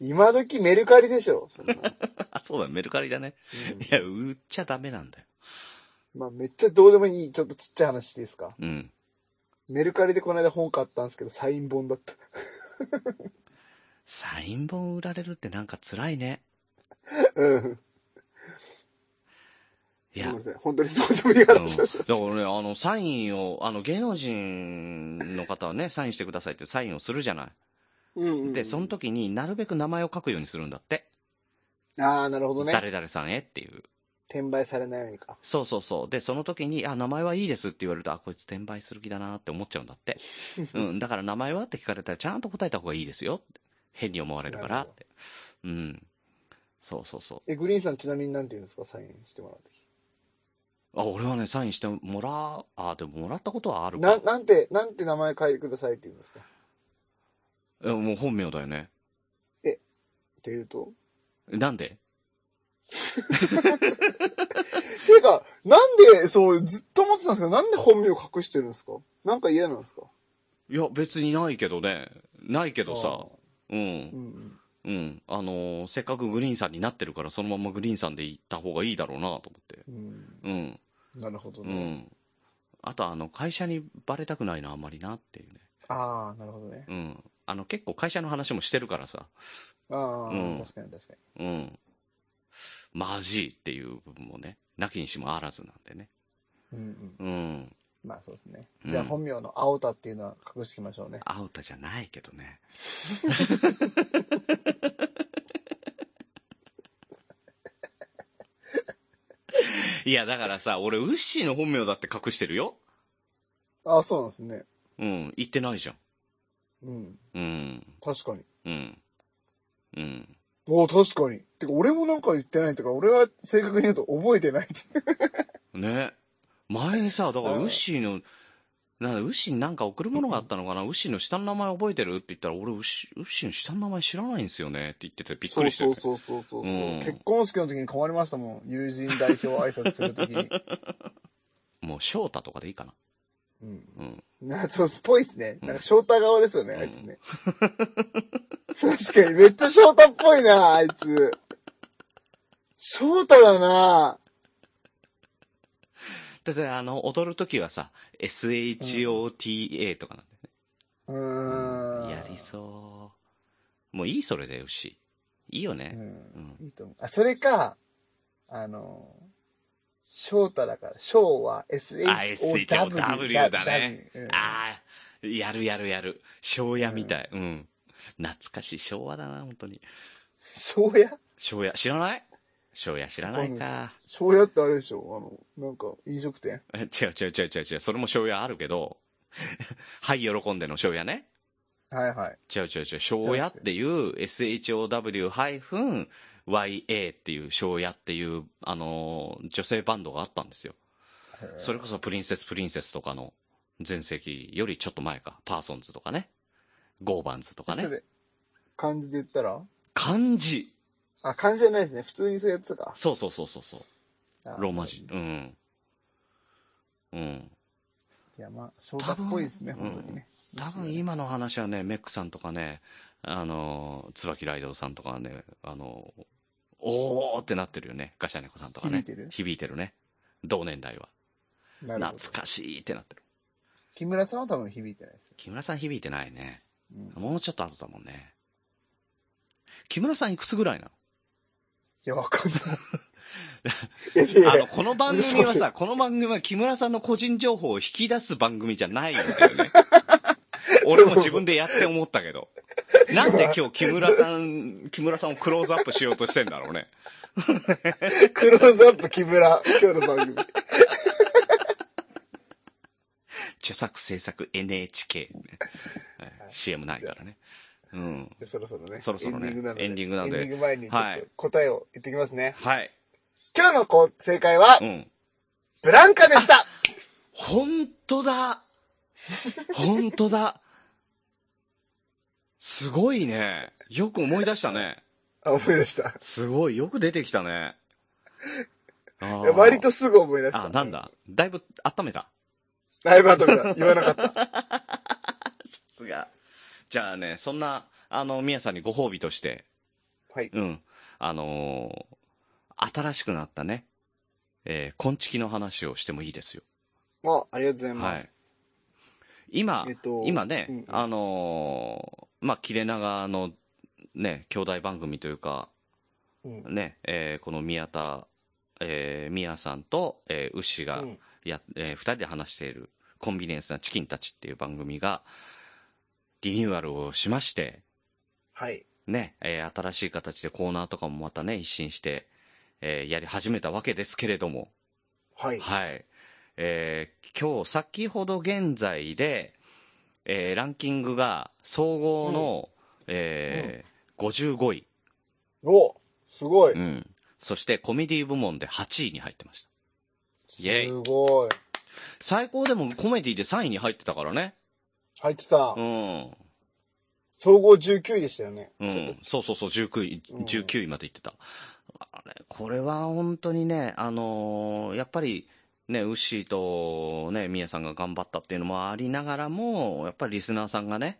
[SPEAKER 1] 今時メルカリでしょ、そんな。
[SPEAKER 2] あ、 そうだ、メルカリだね。いや、売っちゃダメなんだよ。
[SPEAKER 1] うんまあ、めっちゃどうでもいい、ちょっとちっちゃい話していいですか。
[SPEAKER 2] うん。
[SPEAKER 1] メルカリでこの間本買ったんですけど、サイン本だった。
[SPEAKER 2] サイン本売られるってなんか辛いね。
[SPEAKER 1] うん。
[SPEAKER 2] い
[SPEAKER 1] ご
[SPEAKER 2] や
[SPEAKER 1] めん、 なさい。本当にどうでもいい話をしま
[SPEAKER 2] だからね、あの、サインを、あの、芸能人の方はね、サインしてくださいってサインをするじゃな
[SPEAKER 1] うんうんう
[SPEAKER 2] い。
[SPEAKER 1] ん
[SPEAKER 2] で、その時になるべく名前を書くようにするんだって。
[SPEAKER 1] ああ、なるほどね。
[SPEAKER 2] 誰々さんへっていう。
[SPEAKER 1] 転売されないようにか。
[SPEAKER 2] そうそうそう。で、その時に、あ、名前はいいですって言われると、あ、こいつ転売する気だなって思っちゃうんだって。うん、だから名前はって聞かれたら、ちゃんと答えた方がいいですよって。変に思われるからって。うん。そうそうそう。
[SPEAKER 1] え、グリーンさんちなみになんて言うんですか、サインしてもらうとき。
[SPEAKER 2] あ、俺はね、サインしてもらう、あ、でももらったことはあるか
[SPEAKER 1] な、なんて、なんて名前書いてくださいって言うんですか
[SPEAKER 2] えもう本名だよね。
[SPEAKER 1] っていうと。
[SPEAKER 2] なんで
[SPEAKER 1] ていうか、なんで、そう、ずっと思ってたんですけど、なんで本名隠してるんですかなんか嫌なんですか
[SPEAKER 2] いや、別にないけどね。ないけ
[SPEAKER 1] け
[SPEAKER 2] どさ。う。
[SPEAKER 1] うんん。
[SPEAKER 2] うん。あのーせっかくグリーンさんになってるから、そのままグリーンさんで行った方がいいだろうなと思って。
[SPEAKER 1] うん。
[SPEAKER 2] うん。
[SPEAKER 1] なるほど
[SPEAKER 2] う
[SPEAKER 1] ね。
[SPEAKER 2] ん。あと、あの、会社にバレたくないな、あんまりなっていうね。
[SPEAKER 1] ああ、なるほどね。
[SPEAKER 2] うん。あの、結構会社の話もしてるからさ。
[SPEAKER 1] ああ、
[SPEAKER 2] うん
[SPEAKER 1] 確かに確かに。
[SPEAKER 2] うん。マジっていう部分もね、なきにしもあらずなんでね。
[SPEAKER 1] うんう
[SPEAKER 2] う
[SPEAKER 1] ん。
[SPEAKER 2] ん。
[SPEAKER 1] まあそうですね。
[SPEAKER 2] うん
[SPEAKER 1] じゃあ本名の青田っていうのは隠しておきましょうね。
[SPEAKER 2] アウタじゃないけどね。 いや、だからさ、俺、ウッシーの本名だって隠してるよ。
[SPEAKER 1] ああ、そうなんですね。
[SPEAKER 2] うん、言ってないじゃん。
[SPEAKER 1] うん。
[SPEAKER 2] うん、
[SPEAKER 1] 確かに。
[SPEAKER 2] うん、うん。
[SPEAKER 1] おお、確かに。てか、俺もなんか言ってないとか、俺は正確に言うと覚えてないって。
[SPEAKER 2] ね。前にさ、だから、
[SPEAKER 1] う
[SPEAKER 2] ウ
[SPEAKER 1] ん
[SPEAKER 2] ッシーの、なんだ、ウッシーになんか贈るものがあったのかなウッシーの下の名前覚えてるって言ったら、俺、ウッシーウッシーの下の名前知らないんですよねって言ってて、びっくりして
[SPEAKER 1] そうそうそうそうそう、
[SPEAKER 2] うん
[SPEAKER 1] 結婚式の時に困りましたもん。友人代表挨拶する時に。
[SPEAKER 2] もう、翔太とかでいいかな。
[SPEAKER 1] うん。
[SPEAKER 2] うん。
[SPEAKER 1] な、そう、っぽいっすね。
[SPEAKER 2] うん
[SPEAKER 1] なんか、翔太顔ですよね、
[SPEAKER 2] うん
[SPEAKER 1] あいつね。確かに、めっちゃ翔太っぽいな、あいつ。翔太だな
[SPEAKER 2] だって、あの、踊るときはさ、SHOTA とかなんだよね。
[SPEAKER 1] うーん。
[SPEAKER 2] やりそう。もういい、それで、ウッシー。いいよ
[SPEAKER 1] う。
[SPEAKER 2] ね。うんん。
[SPEAKER 1] いいと思う。あ、それか、あの、翔太だから、翔は SHOW だ。
[SPEAKER 2] SHOW だね。
[SPEAKER 1] W う
[SPEAKER 2] あ
[SPEAKER 1] ん
[SPEAKER 2] あ、やるやるやる。昭夜みたい。うん。懐かしい。昭和だな、本当に。
[SPEAKER 1] 翔や
[SPEAKER 2] 昭夜、知らない昭夜知らないか。
[SPEAKER 1] 翔やってあれでしょあの、なんか、飲食店。
[SPEAKER 2] え違う違う違う違う違う。それも昭夜あるけど。 はい、喜んでの昭夜ね。
[SPEAKER 1] はいはい。
[SPEAKER 2] 違う違う違う。昭夜っていう SHOW-YA っていう昭夜っていう、あのー女性バンドがあったんですよ。それこそプリンセス・プリンセスとかの前世紀よりちょっと前か。パーソンズとかね。ゴーバンズとか
[SPEAKER 1] そ
[SPEAKER 2] ね。
[SPEAKER 1] れ、漢字で言ったら
[SPEAKER 2] 漢字。
[SPEAKER 1] あ、漢字じゃないですね。普通にそういうやつか。
[SPEAKER 2] そうそうそうそうそう。
[SPEAKER 1] あ
[SPEAKER 2] ローマ字。。うん。うん。
[SPEAKER 1] いや、まあ、翔太っぽいですね、
[SPEAKER 2] 多分
[SPEAKER 1] 本当にね。
[SPEAKER 2] 多分今の話はね、メックさんとかね、あの、椿ライドウさんとかはね、あの、おーってなってるよね。ガシャネコさんとかね。
[SPEAKER 1] 響いてる
[SPEAKER 2] 響いてるね。同年代は。
[SPEAKER 1] なるほ
[SPEAKER 2] 懐
[SPEAKER 1] ど。
[SPEAKER 2] かしいってなってる。
[SPEAKER 1] 木村さんは多分響いてないですよ。
[SPEAKER 2] 木村さん響いてないね。
[SPEAKER 1] うん
[SPEAKER 2] もうちょっと後だもんね。木村さんいくつぐらいなの
[SPEAKER 1] いや、わかんない。いやい や
[SPEAKER 2] あ
[SPEAKER 1] い
[SPEAKER 2] の、
[SPEAKER 1] や、
[SPEAKER 2] この番組は
[SPEAKER 1] 嘘
[SPEAKER 2] さ、この番組は木村さんの個人情報を引き出す番組じゃないんだよね。俺も自分でやって思ったけど。なんで今日木村さん、木村さんをクローズアップしようとしてんだろうね。
[SPEAKER 1] クローズアップ木村、今日の番組。
[SPEAKER 2] 著作制作 NHK、ねはい。CM ないからね。うん。
[SPEAKER 1] そろそろね。
[SPEAKER 2] そろそろね
[SPEAKER 1] エンディングなので。
[SPEAKER 2] エンディングなので
[SPEAKER 1] エンディング前にちょっと答えを言ってきますね。
[SPEAKER 2] はい。
[SPEAKER 1] 今日のこう正解は
[SPEAKER 2] う、ん。
[SPEAKER 1] ブランカでした
[SPEAKER 2] 本当だ本当だすごいね。よく思い出したね。
[SPEAKER 1] あ、思い出した。
[SPEAKER 2] すごい、よく出てきた ね。あー
[SPEAKER 1] いや割とすぐ思い出した。
[SPEAKER 2] あ、なんだ。だいぶ温めた。
[SPEAKER 1] ライブアトムだ。言わなかった。
[SPEAKER 2] さすが。じゃあね、そんな、あの、みやさんにご褒美として、
[SPEAKER 1] はい。
[SPEAKER 2] うん。あのー新しくなったね、えー、昆虫の話をしてもいいですよ。
[SPEAKER 1] もう、ありがとうございます。
[SPEAKER 2] 今、
[SPEAKER 1] えっと
[SPEAKER 2] 今ね、
[SPEAKER 1] うんうん
[SPEAKER 2] あのーまあ、切れ長の、ね、兄弟番組というか、
[SPEAKER 1] うん
[SPEAKER 2] ね、えーこの宮田、えー、宮さんと、えー、牛が、
[SPEAKER 1] うん
[SPEAKER 2] や、えー二人で話しているコンビニエンスなチキンたちっていう番組が、リニューアルをしまして、
[SPEAKER 1] はい。
[SPEAKER 2] ね、えー新しい形でコーナーとかもまたね、一新して、えーやり始めたわけですけれども、
[SPEAKER 1] はい。
[SPEAKER 2] はい。えー今日、先ほど現在で、えーランキングが総合の、えー55位、
[SPEAKER 1] おすごい。
[SPEAKER 2] うん。そしてコメディ部門で8位に入ってました。イェイ
[SPEAKER 1] すごい。
[SPEAKER 2] 最高でもコメディで3位に入ってたからね。
[SPEAKER 1] 入ってた
[SPEAKER 2] う。ん。
[SPEAKER 1] 総合19位でしたよね。
[SPEAKER 2] う
[SPEAKER 1] ちょっと
[SPEAKER 2] ん、そうそうそう、19位
[SPEAKER 1] うん、
[SPEAKER 2] 19位まで行ってた。あれ、これは本当にね、あのーやっぱり、ね、ウッシーとね、ミヤさんが頑張ったっていうのもありながらも、やっぱりリスナーさんがね、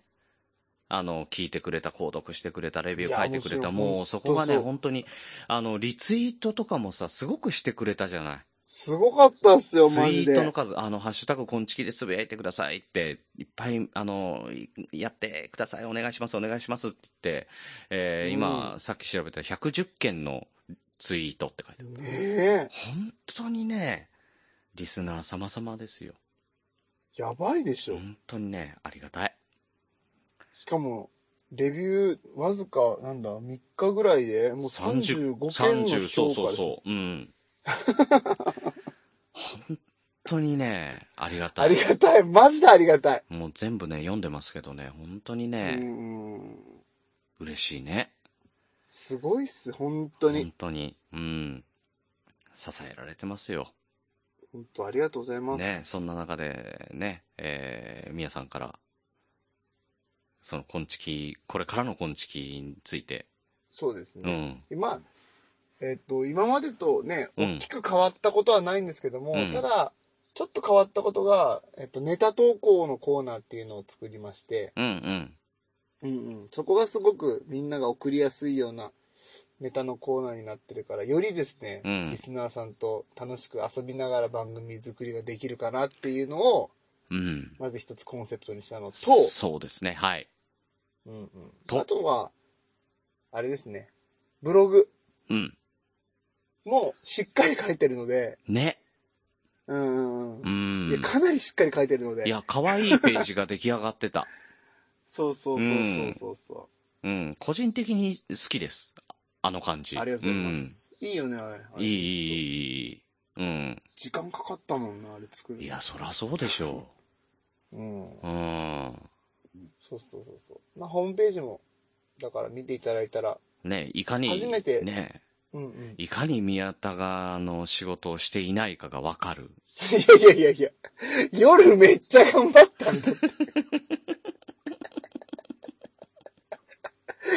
[SPEAKER 2] あの、聞いてくれた、購読してくれた、レビュー書いてくれ
[SPEAKER 1] いや
[SPEAKER 2] た、
[SPEAKER 1] もう
[SPEAKER 2] もうそこが
[SPEAKER 1] 本当
[SPEAKER 2] ね、
[SPEAKER 1] そう
[SPEAKER 2] 本当に、あの、リツイートとかもさ、すごくしてくれたじゃない。
[SPEAKER 1] すごかったっすよ、
[SPEAKER 2] ツ
[SPEAKER 1] マ
[SPEAKER 2] イ
[SPEAKER 1] ジ
[SPEAKER 2] ートの
[SPEAKER 1] で。
[SPEAKER 2] 数、あの、ハッシュタグ、こんちきでつぶやいてくださいって、いっぱい、あの、いやってください、お願いします、お願いしますって言って、えー今、さっき調べたら110件のツイートって書いてある。
[SPEAKER 1] ねえ。
[SPEAKER 2] 本当にね、リスナー様様ですよ。
[SPEAKER 1] やばいでしょ。
[SPEAKER 2] 本当にね、ありがたい。
[SPEAKER 1] しかも、レビュー、わずか、なんだ、3日ぐらいで、もう35件の評価で
[SPEAKER 2] 30
[SPEAKER 1] しょ
[SPEAKER 2] そうそうそう。うん。本当にね、ありがた
[SPEAKER 1] あり
[SPEAKER 2] い。
[SPEAKER 1] がたい。マジでありがたい。
[SPEAKER 2] もう全部ね、読んでますけどね、本当に
[SPEAKER 1] う
[SPEAKER 2] ね、
[SPEAKER 1] ん。
[SPEAKER 2] 嬉しいね。
[SPEAKER 1] すごいっす、本当に
[SPEAKER 2] 本。当に。うん。支えられてますよ。
[SPEAKER 1] 本当ありがとうございます。
[SPEAKER 2] ね、そんな中で、ね、えー、みやさんから、その、昆虫、これからの昆虫について、
[SPEAKER 1] そうです
[SPEAKER 2] う
[SPEAKER 1] ね。
[SPEAKER 2] ん。
[SPEAKER 1] 今、えっと、今までとね、
[SPEAKER 2] うん
[SPEAKER 1] 大きく変わったことはないんですけども、
[SPEAKER 2] うん
[SPEAKER 1] ただ、ちょっと変わったことが、えっと、ネタ投稿のコーナーっていうのを作りまして、
[SPEAKER 2] うんうん。
[SPEAKER 1] うんうん、そこがすごくみんなが送りやすいようなネタのコーナーになってるから、よりですね、
[SPEAKER 2] うん
[SPEAKER 1] リスナーさんと楽しく遊びながら番組作りができるかなっていうのを、
[SPEAKER 2] うん。
[SPEAKER 1] まず一つコンセプトにしたのと、
[SPEAKER 2] そうですね、はい。
[SPEAKER 1] うんうん、
[SPEAKER 2] と
[SPEAKER 1] あとは、あれですね、ブログ
[SPEAKER 2] うん。
[SPEAKER 1] もしっかり書いてるので、
[SPEAKER 2] ね。
[SPEAKER 1] うんうん
[SPEAKER 2] う
[SPEAKER 1] うん。いや、
[SPEAKER 2] ん。
[SPEAKER 1] かなりしっかり書いてるの
[SPEAKER 2] い
[SPEAKER 1] で。
[SPEAKER 2] や、可愛いページが出来上がってた。
[SPEAKER 1] そうそうそうそうそうそ
[SPEAKER 2] うん。個人的に好きです。あの感
[SPEAKER 1] う。
[SPEAKER 2] じ。
[SPEAKER 1] ありがとうございます。いいよね、あれ。あ
[SPEAKER 2] うん。
[SPEAKER 1] れ
[SPEAKER 2] いい、いい、いい、いい。うん。
[SPEAKER 1] 時間かかったもんな、あれ作る。
[SPEAKER 2] いや、そらそうでしょ
[SPEAKER 1] うん。
[SPEAKER 2] う。うん。
[SPEAKER 1] そうそうそうそう。まあ、ホームページも、だから見ていただいたら、
[SPEAKER 2] ね、いかに、
[SPEAKER 1] 初めて
[SPEAKER 2] ね、
[SPEAKER 1] うんうん。
[SPEAKER 2] いかに宮田が、あの、仕事をしていないかがわかる。
[SPEAKER 1] いやいやいやいや、夜めっちゃ頑張ったんだって。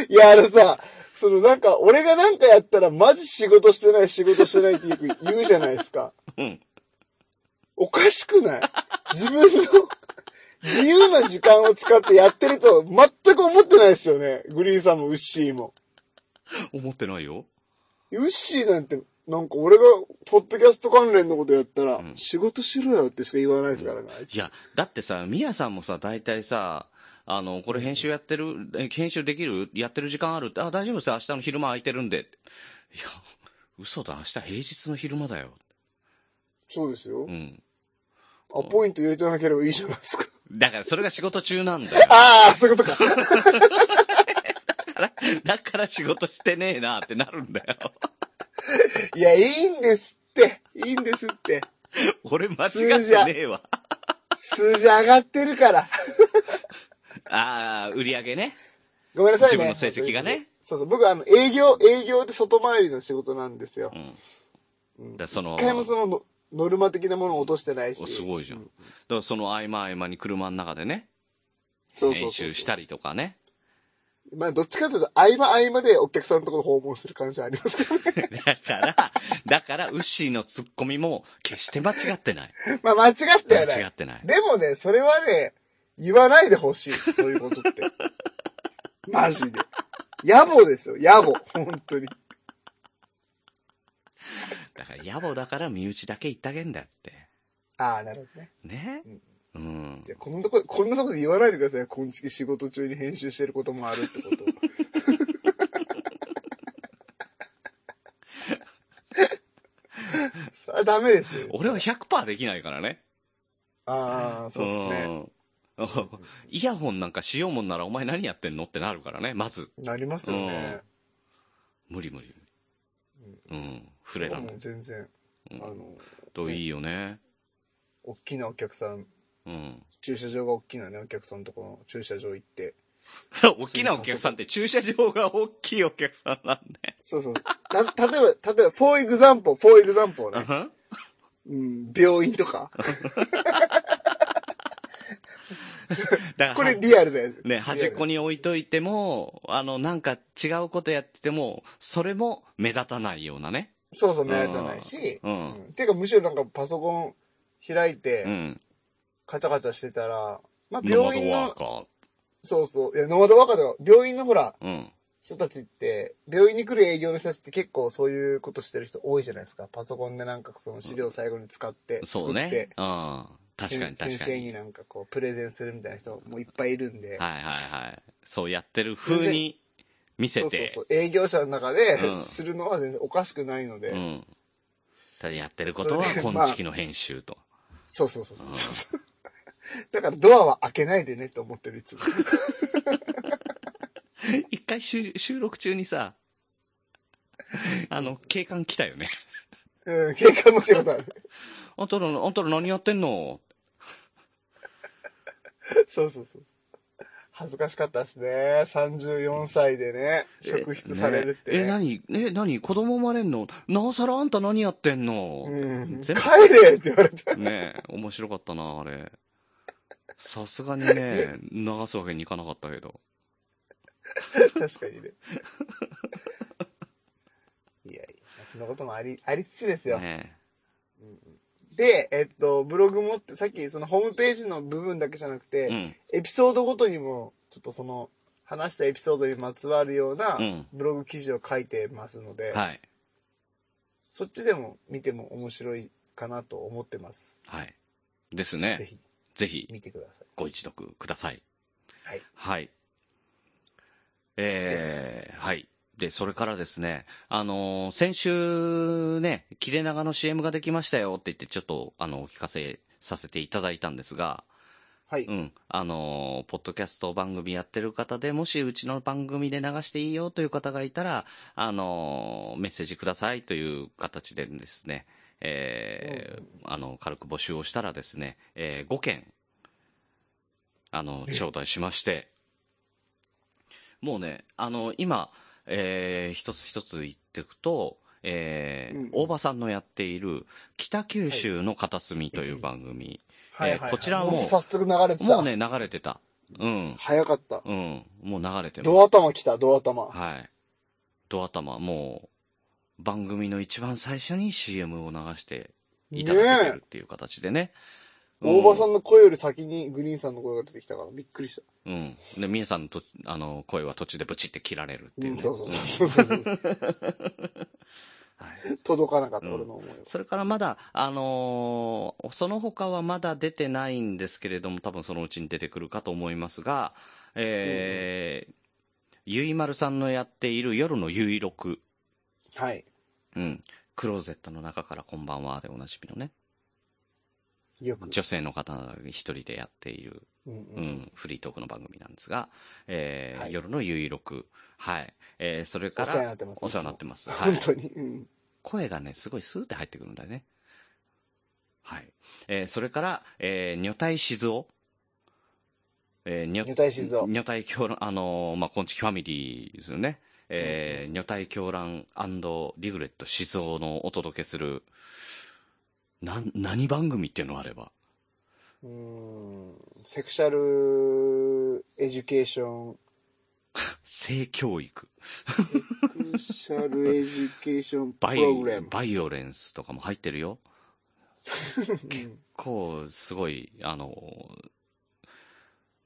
[SPEAKER 1] いや、あのさ、そのなんか、俺がなんかやったらマジ仕事してない仕事してないってよく言うじゃないですか。
[SPEAKER 2] うん。
[SPEAKER 1] おかしくない自分の自由な時間を使ってやってると全く思ってないですよね。グリーンさんもウッシーも。
[SPEAKER 2] 思ってないよ。
[SPEAKER 1] ウッシーなんて、なんか俺がポッドキャスト関連のことやったら、
[SPEAKER 2] うん
[SPEAKER 1] 仕事しろよってしか言わないですからね。
[SPEAKER 2] いや、だってさ、宮さんもさ、大体さ、あの、これ編集やってる、え編集できるやってる時間あるあ、大丈夫です。明日の昼間空いてるんで。いや、嘘だ。明日平日の昼間だよ。
[SPEAKER 1] そうですよ
[SPEAKER 2] う。ん。
[SPEAKER 1] アポイント入れてなければいいじゃないですか。
[SPEAKER 2] だから、それが仕事中なん だよ。
[SPEAKER 1] ああ、そういうことか。
[SPEAKER 2] だから仕事してねえなってなるんだ よ。
[SPEAKER 1] いや、いいんですって。いいんですって。
[SPEAKER 2] 俺間違ってねえわ。
[SPEAKER 1] 数字上がってるから。
[SPEAKER 2] ああ、売り上げね。
[SPEAKER 1] ごめんなさ
[SPEAKER 2] 自
[SPEAKER 1] いね。
[SPEAKER 2] 分の成績がね。
[SPEAKER 1] そうそう。僕、あの、営業、営業で外回りの仕事なんですよ
[SPEAKER 2] う。ん。
[SPEAKER 1] うん
[SPEAKER 2] だからその
[SPEAKER 1] 一回もそのノ、ノルマ的なものを落としてないし。
[SPEAKER 2] おすごいじゃん
[SPEAKER 1] う
[SPEAKER 2] だからその合間合間に車の中でね、
[SPEAKER 1] そうそうそう
[SPEAKER 2] 編集したりとかね。
[SPEAKER 1] まあ、どっちかというと、合間合間でお客さんのところ訪問する感じはありますけどね。
[SPEAKER 2] だから、だから、ウッシーのツッコミも決して間違ってない。
[SPEAKER 1] まあ、間違って
[SPEAKER 2] 間
[SPEAKER 1] はな
[SPEAKER 2] 違
[SPEAKER 1] い。
[SPEAKER 2] ってない。
[SPEAKER 1] でもね、それはね、言わないでほしい。そういうこと って。マジで。野暮ですよ、野暮。本当に。
[SPEAKER 2] だから、野暮だから身内だけ言ってあげんだって。
[SPEAKER 1] ああ、なるほどね。
[SPEAKER 2] ねうん。
[SPEAKER 1] じゃあこんなとこ、こんなとこで言わないでください。今月仕事中に編集してることもあるっ てこと。それはダメですよ。
[SPEAKER 2] 俺は100%できないからね。
[SPEAKER 1] ああ、そうですね。
[SPEAKER 2] うんイヤホンなんかしようもんならお前何やってんのってなるからね、まず。
[SPEAKER 1] なりますよね。
[SPEAKER 2] 無理無理無理。うん。触れらんない
[SPEAKER 1] も。
[SPEAKER 2] う
[SPEAKER 1] 全然、
[SPEAKER 2] うん
[SPEAKER 1] あの、
[SPEAKER 2] といいよね。
[SPEAKER 1] 大きなお客さん、
[SPEAKER 2] うん。
[SPEAKER 1] 駐車場が大きなね、お客さんのところの駐車場行って、
[SPEAKER 2] 大きなお客さんって駐車場が大きいお客さんなんで。
[SPEAKER 1] そうそう。た、例えば、例えば、for example, for example ね。うん、病院とか。
[SPEAKER 2] だか
[SPEAKER 1] こ
[SPEAKER 2] ら
[SPEAKER 1] れリアルだよね。
[SPEAKER 2] ね、端っこに置いといても、あの、なんか違うことやってても、それも目立たないようなね。
[SPEAKER 1] そうそう、目立たないし。
[SPEAKER 2] うん
[SPEAKER 1] うんていうか、むしろなんかパソコン開いうて、
[SPEAKER 2] ん。
[SPEAKER 1] カチャカチャしてたら、ま
[SPEAKER 2] ノマ
[SPEAKER 1] あ、病
[SPEAKER 2] ド
[SPEAKER 1] 院
[SPEAKER 2] ワー
[SPEAKER 1] の、
[SPEAKER 2] カー。
[SPEAKER 1] そうそう、いや、ノマドワーカーとか、病院のほら、
[SPEAKER 2] うん。
[SPEAKER 1] 人たちって、病院に来る営業の人たちって結構そういうことしてる人多いじゃないですか。パソコンでなんかその資料最後に使って、
[SPEAKER 2] そう
[SPEAKER 1] 作っ
[SPEAKER 2] ね
[SPEAKER 1] て。
[SPEAKER 2] うん。確かに
[SPEAKER 1] 先
[SPEAKER 2] 確か
[SPEAKER 1] 生
[SPEAKER 2] に。
[SPEAKER 1] になんかこう、プレゼンするみたいな人もいっぱいいるんで。
[SPEAKER 2] はいはいはい。そうやってる風に見せ
[SPEAKER 1] そうそう
[SPEAKER 2] て。
[SPEAKER 1] そう。営業者の中で
[SPEAKER 2] う、ん
[SPEAKER 1] するのは全然おかしくないので。
[SPEAKER 2] うん。ただやってることは、
[SPEAKER 1] それで
[SPEAKER 2] こ
[SPEAKER 1] ま
[SPEAKER 2] ん
[SPEAKER 1] あ
[SPEAKER 2] ちきの編集と。
[SPEAKER 1] そうそうそうそうそう。だからドアは開けないでねって思ってる、いつも。
[SPEAKER 2] 一回収収録中にさ、あの、警官来たよね。
[SPEAKER 1] うん、警官も来たことある。
[SPEAKER 2] あんたら、あんたら何やってんの
[SPEAKER 1] そうそうそう。恥ずかしかったですね。34歳でね、職質されるって
[SPEAKER 2] ねえ、
[SPEAKER 1] ね。
[SPEAKER 2] 何え、何子供生まれんのなおさらあんた何やってんの、
[SPEAKER 1] うん、帰
[SPEAKER 2] 全部
[SPEAKER 1] れって言われた。
[SPEAKER 2] ねえ、面白かったな、あれ。さすがに ね、流すわけにいかなかったけど。
[SPEAKER 1] 確かにね。いやいや、そんなこともあり、ありつつですよ。
[SPEAKER 2] ね
[SPEAKER 1] で、えっと、ブログもって、さっきそのホームページの部分だけじゃなくて、
[SPEAKER 2] え。うん。
[SPEAKER 1] エピソードごとにも、ちょっとその、話したエピソードにまつわるような
[SPEAKER 2] うん。
[SPEAKER 1] ブログ記事を書いてますので、
[SPEAKER 2] はい。
[SPEAKER 1] そっちでも見ても面白いかなと思ってます。
[SPEAKER 2] はい。です
[SPEAKER 1] ぜ
[SPEAKER 2] ね。
[SPEAKER 1] ひ
[SPEAKER 2] ぜひ、
[SPEAKER 1] 見てください。
[SPEAKER 2] ご一読ください。
[SPEAKER 1] はい。
[SPEAKER 2] はい。え
[SPEAKER 1] です
[SPEAKER 2] ー、はい。で、それからですね、あのー先週ね、切れ長の CM ができましたよって言って、ちょっと、あの、お聞かせさせていただいたんですが、。
[SPEAKER 1] はいう
[SPEAKER 2] ん。あのーポッドキャスト番組やってる方で、もしうちの番組で流していいよという方がいたら、あのーメッセージくださいという形でですね、えー
[SPEAKER 1] うん
[SPEAKER 2] あの、軽く募集をしたらですね、えー5件、あの、
[SPEAKER 1] え
[SPEAKER 2] 頂戴しまして、もうね、あの、今、えー一つ一つ言っていくと、えー
[SPEAKER 1] うん
[SPEAKER 2] 大場さんのやっている、北九州の片隅という番組、
[SPEAKER 1] はいはいはい、
[SPEAKER 2] こちらも
[SPEAKER 1] う早速流れてた。
[SPEAKER 2] もうね、流れてた。うん。
[SPEAKER 1] 早かった。
[SPEAKER 2] うん。もう流れてます。
[SPEAKER 1] ド頭来た、ド頭。
[SPEAKER 2] はい。ドア玉、もう、番組の一番最初に CM を流していただけて
[SPEAKER 1] ね
[SPEAKER 2] るっていう形でね。う
[SPEAKER 1] 大場さんの声より先にグリーンさんの声が出てきたからびっくりした。
[SPEAKER 2] うん。で、みえさんのと、あの、声は途中でブチって切られるっていうう、
[SPEAKER 1] ん、
[SPEAKER 2] ね。
[SPEAKER 1] そうそうそうそうそう そう。
[SPEAKER 2] はい。
[SPEAKER 1] 届かなかった、
[SPEAKER 2] うん
[SPEAKER 1] 俺の思いは。
[SPEAKER 2] それからまだ、あのーその他はまだ出てないんですけれども、多分そのうちに出てくるかと思いますが、えーゆいまるさんのやっている夜のゆいろく。
[SPEAKER 1] はい。
[SPEAKER 2] うん。クローゼットの中からこんばんはでおなじみのね。
[SPEAKER 1] よく。
[SPEAKER 2] 女性の方が一人でやっている、
[SPEAKER 1] うん
[SPEAKER 2] う
[SPEAKER 1] うん
[SPEAKER 2] ん、フリートークの番組なんですが、えー
[SPEAKER 1] はい
[SPEAKER 2] 夜のゆいろく。はい。えーそれ
[SPEAKER 1] お
[SPEAKER 2] か
[SPEAKER 1] 世話に
[SPEAKER 2] ら
[SPEAKER 1] な、ってます。
[SPEAKER 2] お世話になってます。
[SPEAKER 1] いつも
[SPEAKER 2] はい
[SPEAKER 1] 本。当に。うん。
[SPEAKER 2] 声がね、すごいスーって入ってくるんだよね。はい。えーそれから、えー、女体静雄。えー、女
[SPEAKER 1] 女体静雄
[SPEAKER 2] 女体狂乱、あのーまあ、こんちきファミリーですよね。えー女体狂乱リグレット静雄のお届けする、なん、何番組っていうのあれば。
[SPEAKER 1] うーん。セクシャルエデュケーション、
[SPEAKER 2] 性教育。
[SPEAKER 1] セクシャルエデュケーションプ
[SPEAKER 2] バイ
[SPEAKER 1] ログラム。
[SPEAKER 2] バイオレンスとかも入ってるよ。
[SPEAKER 1] うん
[SPEAKER 2] こう、すごい、あの、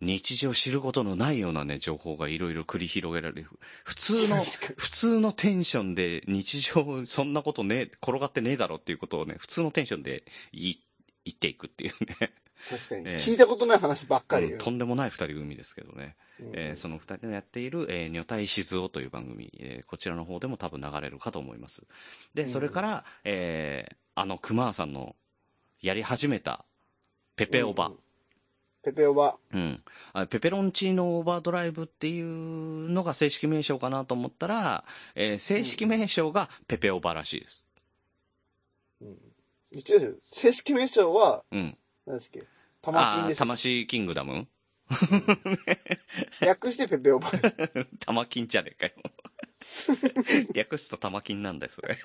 [SPEAKER 2] 日常知ることのないようなね、情報がいろいろ繰り広げられる。普通 の、
[SPEAKER 1] 確かに
[SPEAKER 2] 普通のテンションで日常、そんなことねえ、転がってねえだろっていうことをね、普通のテンションで言い言っていくっていうね。
[SPEAKER 1] 確かに。
[SPEAKER 2] ええ
[SPEAKER 1] 聞いたことない話ばっかり
[SPEAKER 2] う
[SPEAKER 1] よ
[SPEAKER 2] ん。とんでもない二人組ですけどね。
[SPEAKER 1] うん
[SPEAKER 2] えーその二人のやっている、えー、女体静雄という番組、えーこちらの方でも多分流れるかと思います。で、それから、えーあの、熊さんのやり始めた、ペペオバ。
[SPEAKER 1] うんペペオバ。
[SPEAKER 2] うん。あペペロンチーノオーバードライブっていうのが正式名称かなと思ったら、えー正式名称がペペオバらしいです。
[SPEAKER 1] うん一応、正式名称は、
[SPEAKER 2] うん。
[SPEAKER 1] 何ですっけ玉
[SPEAKER 2] あ
[SPEAKER 1] 金
[SPEAKER 2] あ
[SPEAKER 1] で
[SPEAKER 2] ー、
[SPEAKER 1] す。
[SPEAKER 2] 魂キングダム
[SPEAKER 1] 略してペペオバ。
[SPEAKER 2] 玉金じゃねえ かよ。略すと玉金なんだよ、それ。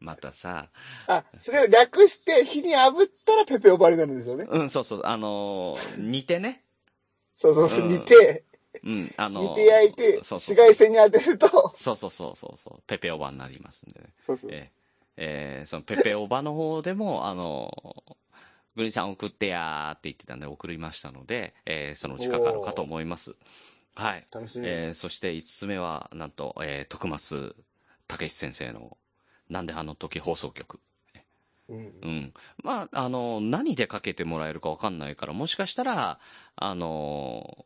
[SPEAKER 2] またさ、
[SPEAKER 1] あ、それを略して火に炙ったらペペオバになるんですよね。
[SPEAKER 2] うん、そうそう、あのー煮てね。
[SPEAKER 1] そうそうそうう、
[SPEAKER 2] ん
[SPEAKER 1] 煮て、
[SPEAKER 2] うん、あのー
[SPEAKER 1] 煮て焼いて、
[SPEAKER 2] そうそうそ
[SPEAKER 1] 紫
[SPEAKER 2] う
[SPEAKER 1] 外線に当てると、
[SPEAKER 2] そうそうそうそうそう、ペペオバになりますんでね。
[SPEAKER 1] そうそう。
[SPEAKER 2] えええーそのペペオバの方でも、あのーグリーンさん送ってやーって言ってたんで送りましたので、えーそのうちかかるかと思います。はい。
[SPEAKER 1] 楽しみ。
[SPEAKER 2] えーそして5つ目は、なんと、えー、徳松武史先生の、なんであの時放送局。
[SPEAKER 1] うん
[SPEAKER 2] う。ん。まあ、あの、何でかけてもらえるかわかんないから、もしかしたら、あの、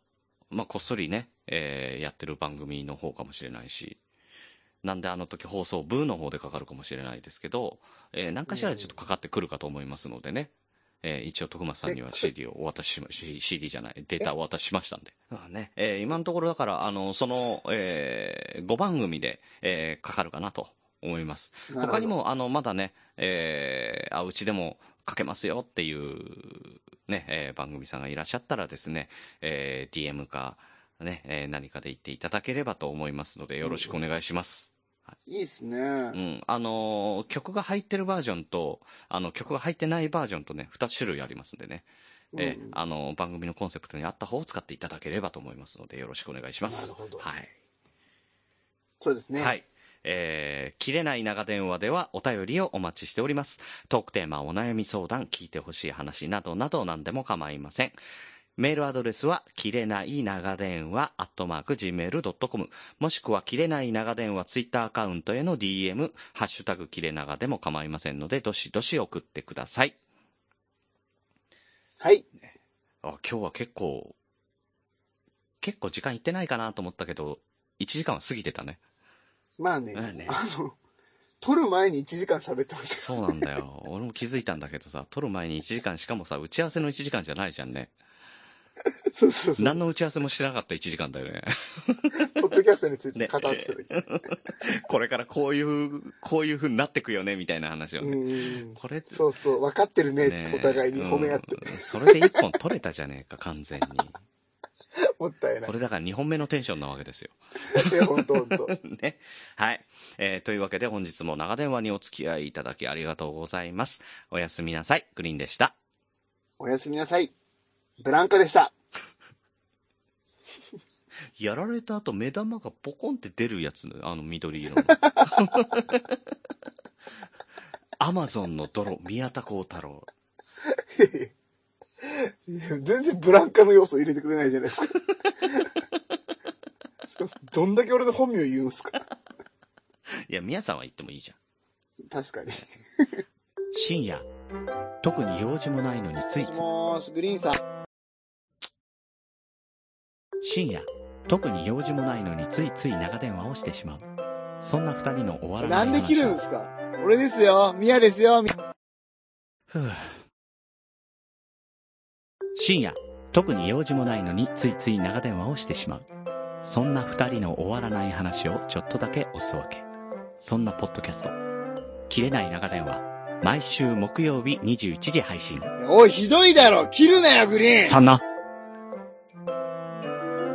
[SPEAKER 2] まあ、こっそりね、えーやってる番組の方かもしれないし、なんであの時放送部の方でかかるかもしれないですけど、えー何かしらでちょっとかかってくるかと思いますのでね。えー一応、徳松さんには CD をお渡ししま、C- CD じゃない、データをお渡ししましたんで。まあね、えー今のところだから、あの、その、え5番組で、えーかかるかなと思います。
[SPEAKER 1] なるほど
[SPEAKER 2] 他に、も、あの、まだね、えーあ、うちでもかけますよっていう、ね、えー番組さんがいらっしゃったらですね、えー DM か、ね、えー何かで言っていただければと思いますので、よろしくお願いします。
[SPEAKER 1] いいですね。
[SPEAKER 2] うん。あのー曲が入ってるバージョンと、あの、曲が入ってないバージョンとね、二種類ありますんでね、えー
[SPEAKER 1] うん
[SPEAKER 2] あのー番組のコンセプトに合った方を使っていただければと思いますので、よろしくお願いします。
[SPEAKER 1] なるほど
[SPEAKER 2] はい。
[SPEAKER 1] そうですね。
[SPEAKER 2] はい。えー、切れない長電話ではお便りをお待ちしております。トークテーマ、お悩み相談、聞いてほしい話などなど何でも構いません。メールアドレスは、切れない長電話、アットマーク、gmail.com。もしくは、切れない長電話、ツイッターアカウントへの DM、ハッシュタグ、切れ長でも構いませんので、どしどし送ってください。
[SPEAKER 1] はい。
[SPEAKER 2] あ、今日は結構、結構時間いってないかなと思ったけど、1時間は過ぎてたね。
[SPEAKER 1] まあね、
[SPEAKER 2] まあね
[SPEAKER 1] あの、撮る前に1時間喋ってました。
[SPEAKER 2] そうなんだよ。俺も気づいたんだけどさ、撮る前に1時間、しかもさ、打ち合わせの1時間じゃないじゃんね。
[SPEAKER 1] そうそうそう。
[SPEAKER 2] 何の打ち合わせもしてなかった1時間だよね。
[SPEAKER 1] ポッドキャストについて語ってた時。
[SPEAKER 2] これからこういう、こういう風になってくよね、みたいな話をね。
[SPEAKER 1] うん。
[SPEAKER 2] これ、
[SPEAKER 1] そうそう、分かってるねって
[SPEAKER 2] ね
[SPEAKER 1] お互いに褒め合って、
[SPEAKER 2] うんそれで1本取れたじゃねえか、完全に。
[SPEAKER 1] もったいない
[SPEAKER 2] こ。れだから2本目のテンションなわけですよ。
[SPEAKER 1] いや、ほんとほんと。
[SPEAKER 2] ね。はい。えーというわけで本日も長電話にお付き合いいただきありがとうございます。おやすみなさい。グリーンでした。
[SPEAKER 1] おやすみなさい。ブランカでした。
[SPEAKER 2] やられた後、目玉がポコンって出るやつ、あの緑色の。アマゾンの泥、宮田幸太郎。
[SPEAKER 1] いや全然ブランカの要素入れてくれないじゃないです か。しかもどんだけ俺の本名言うんすか
[SPEAKER 2] いや、宮さんは言ってもいいじゃん。
[SPEAKER 1] 確かに。
[SPEAKER 2] 深夜、特に用事もないのについつい、
[SPEAKER 1] もーし、グリーンさん。
[SPEAKER 2] 深夜、特に用事もないのについつい長電話をしてしまう。そんな二人の終わら
[SPEAKER 1] な
[SPEAKER 2] ない
[SPEAKER 1] ん
[SPEAKER 2] 話
[SPEAKER 1] で
[SPEAKER 2] を
[SPEAKER 1] 切るんですか俺ですよ。ミヤですよ。み
[SPEAKER 2] ふぅ深夜、特に用事もないのについつい長電話をしてしまう。そんな二人の終わらない話をちょっとだけおすわけ。そんなポッドキャスト。切れない長電話。毎週木曜日21時配信。
[SPEAKER 1] おい、ひどいだろ。切るなよ、グリーン。
[SPEAKER 2] そんな。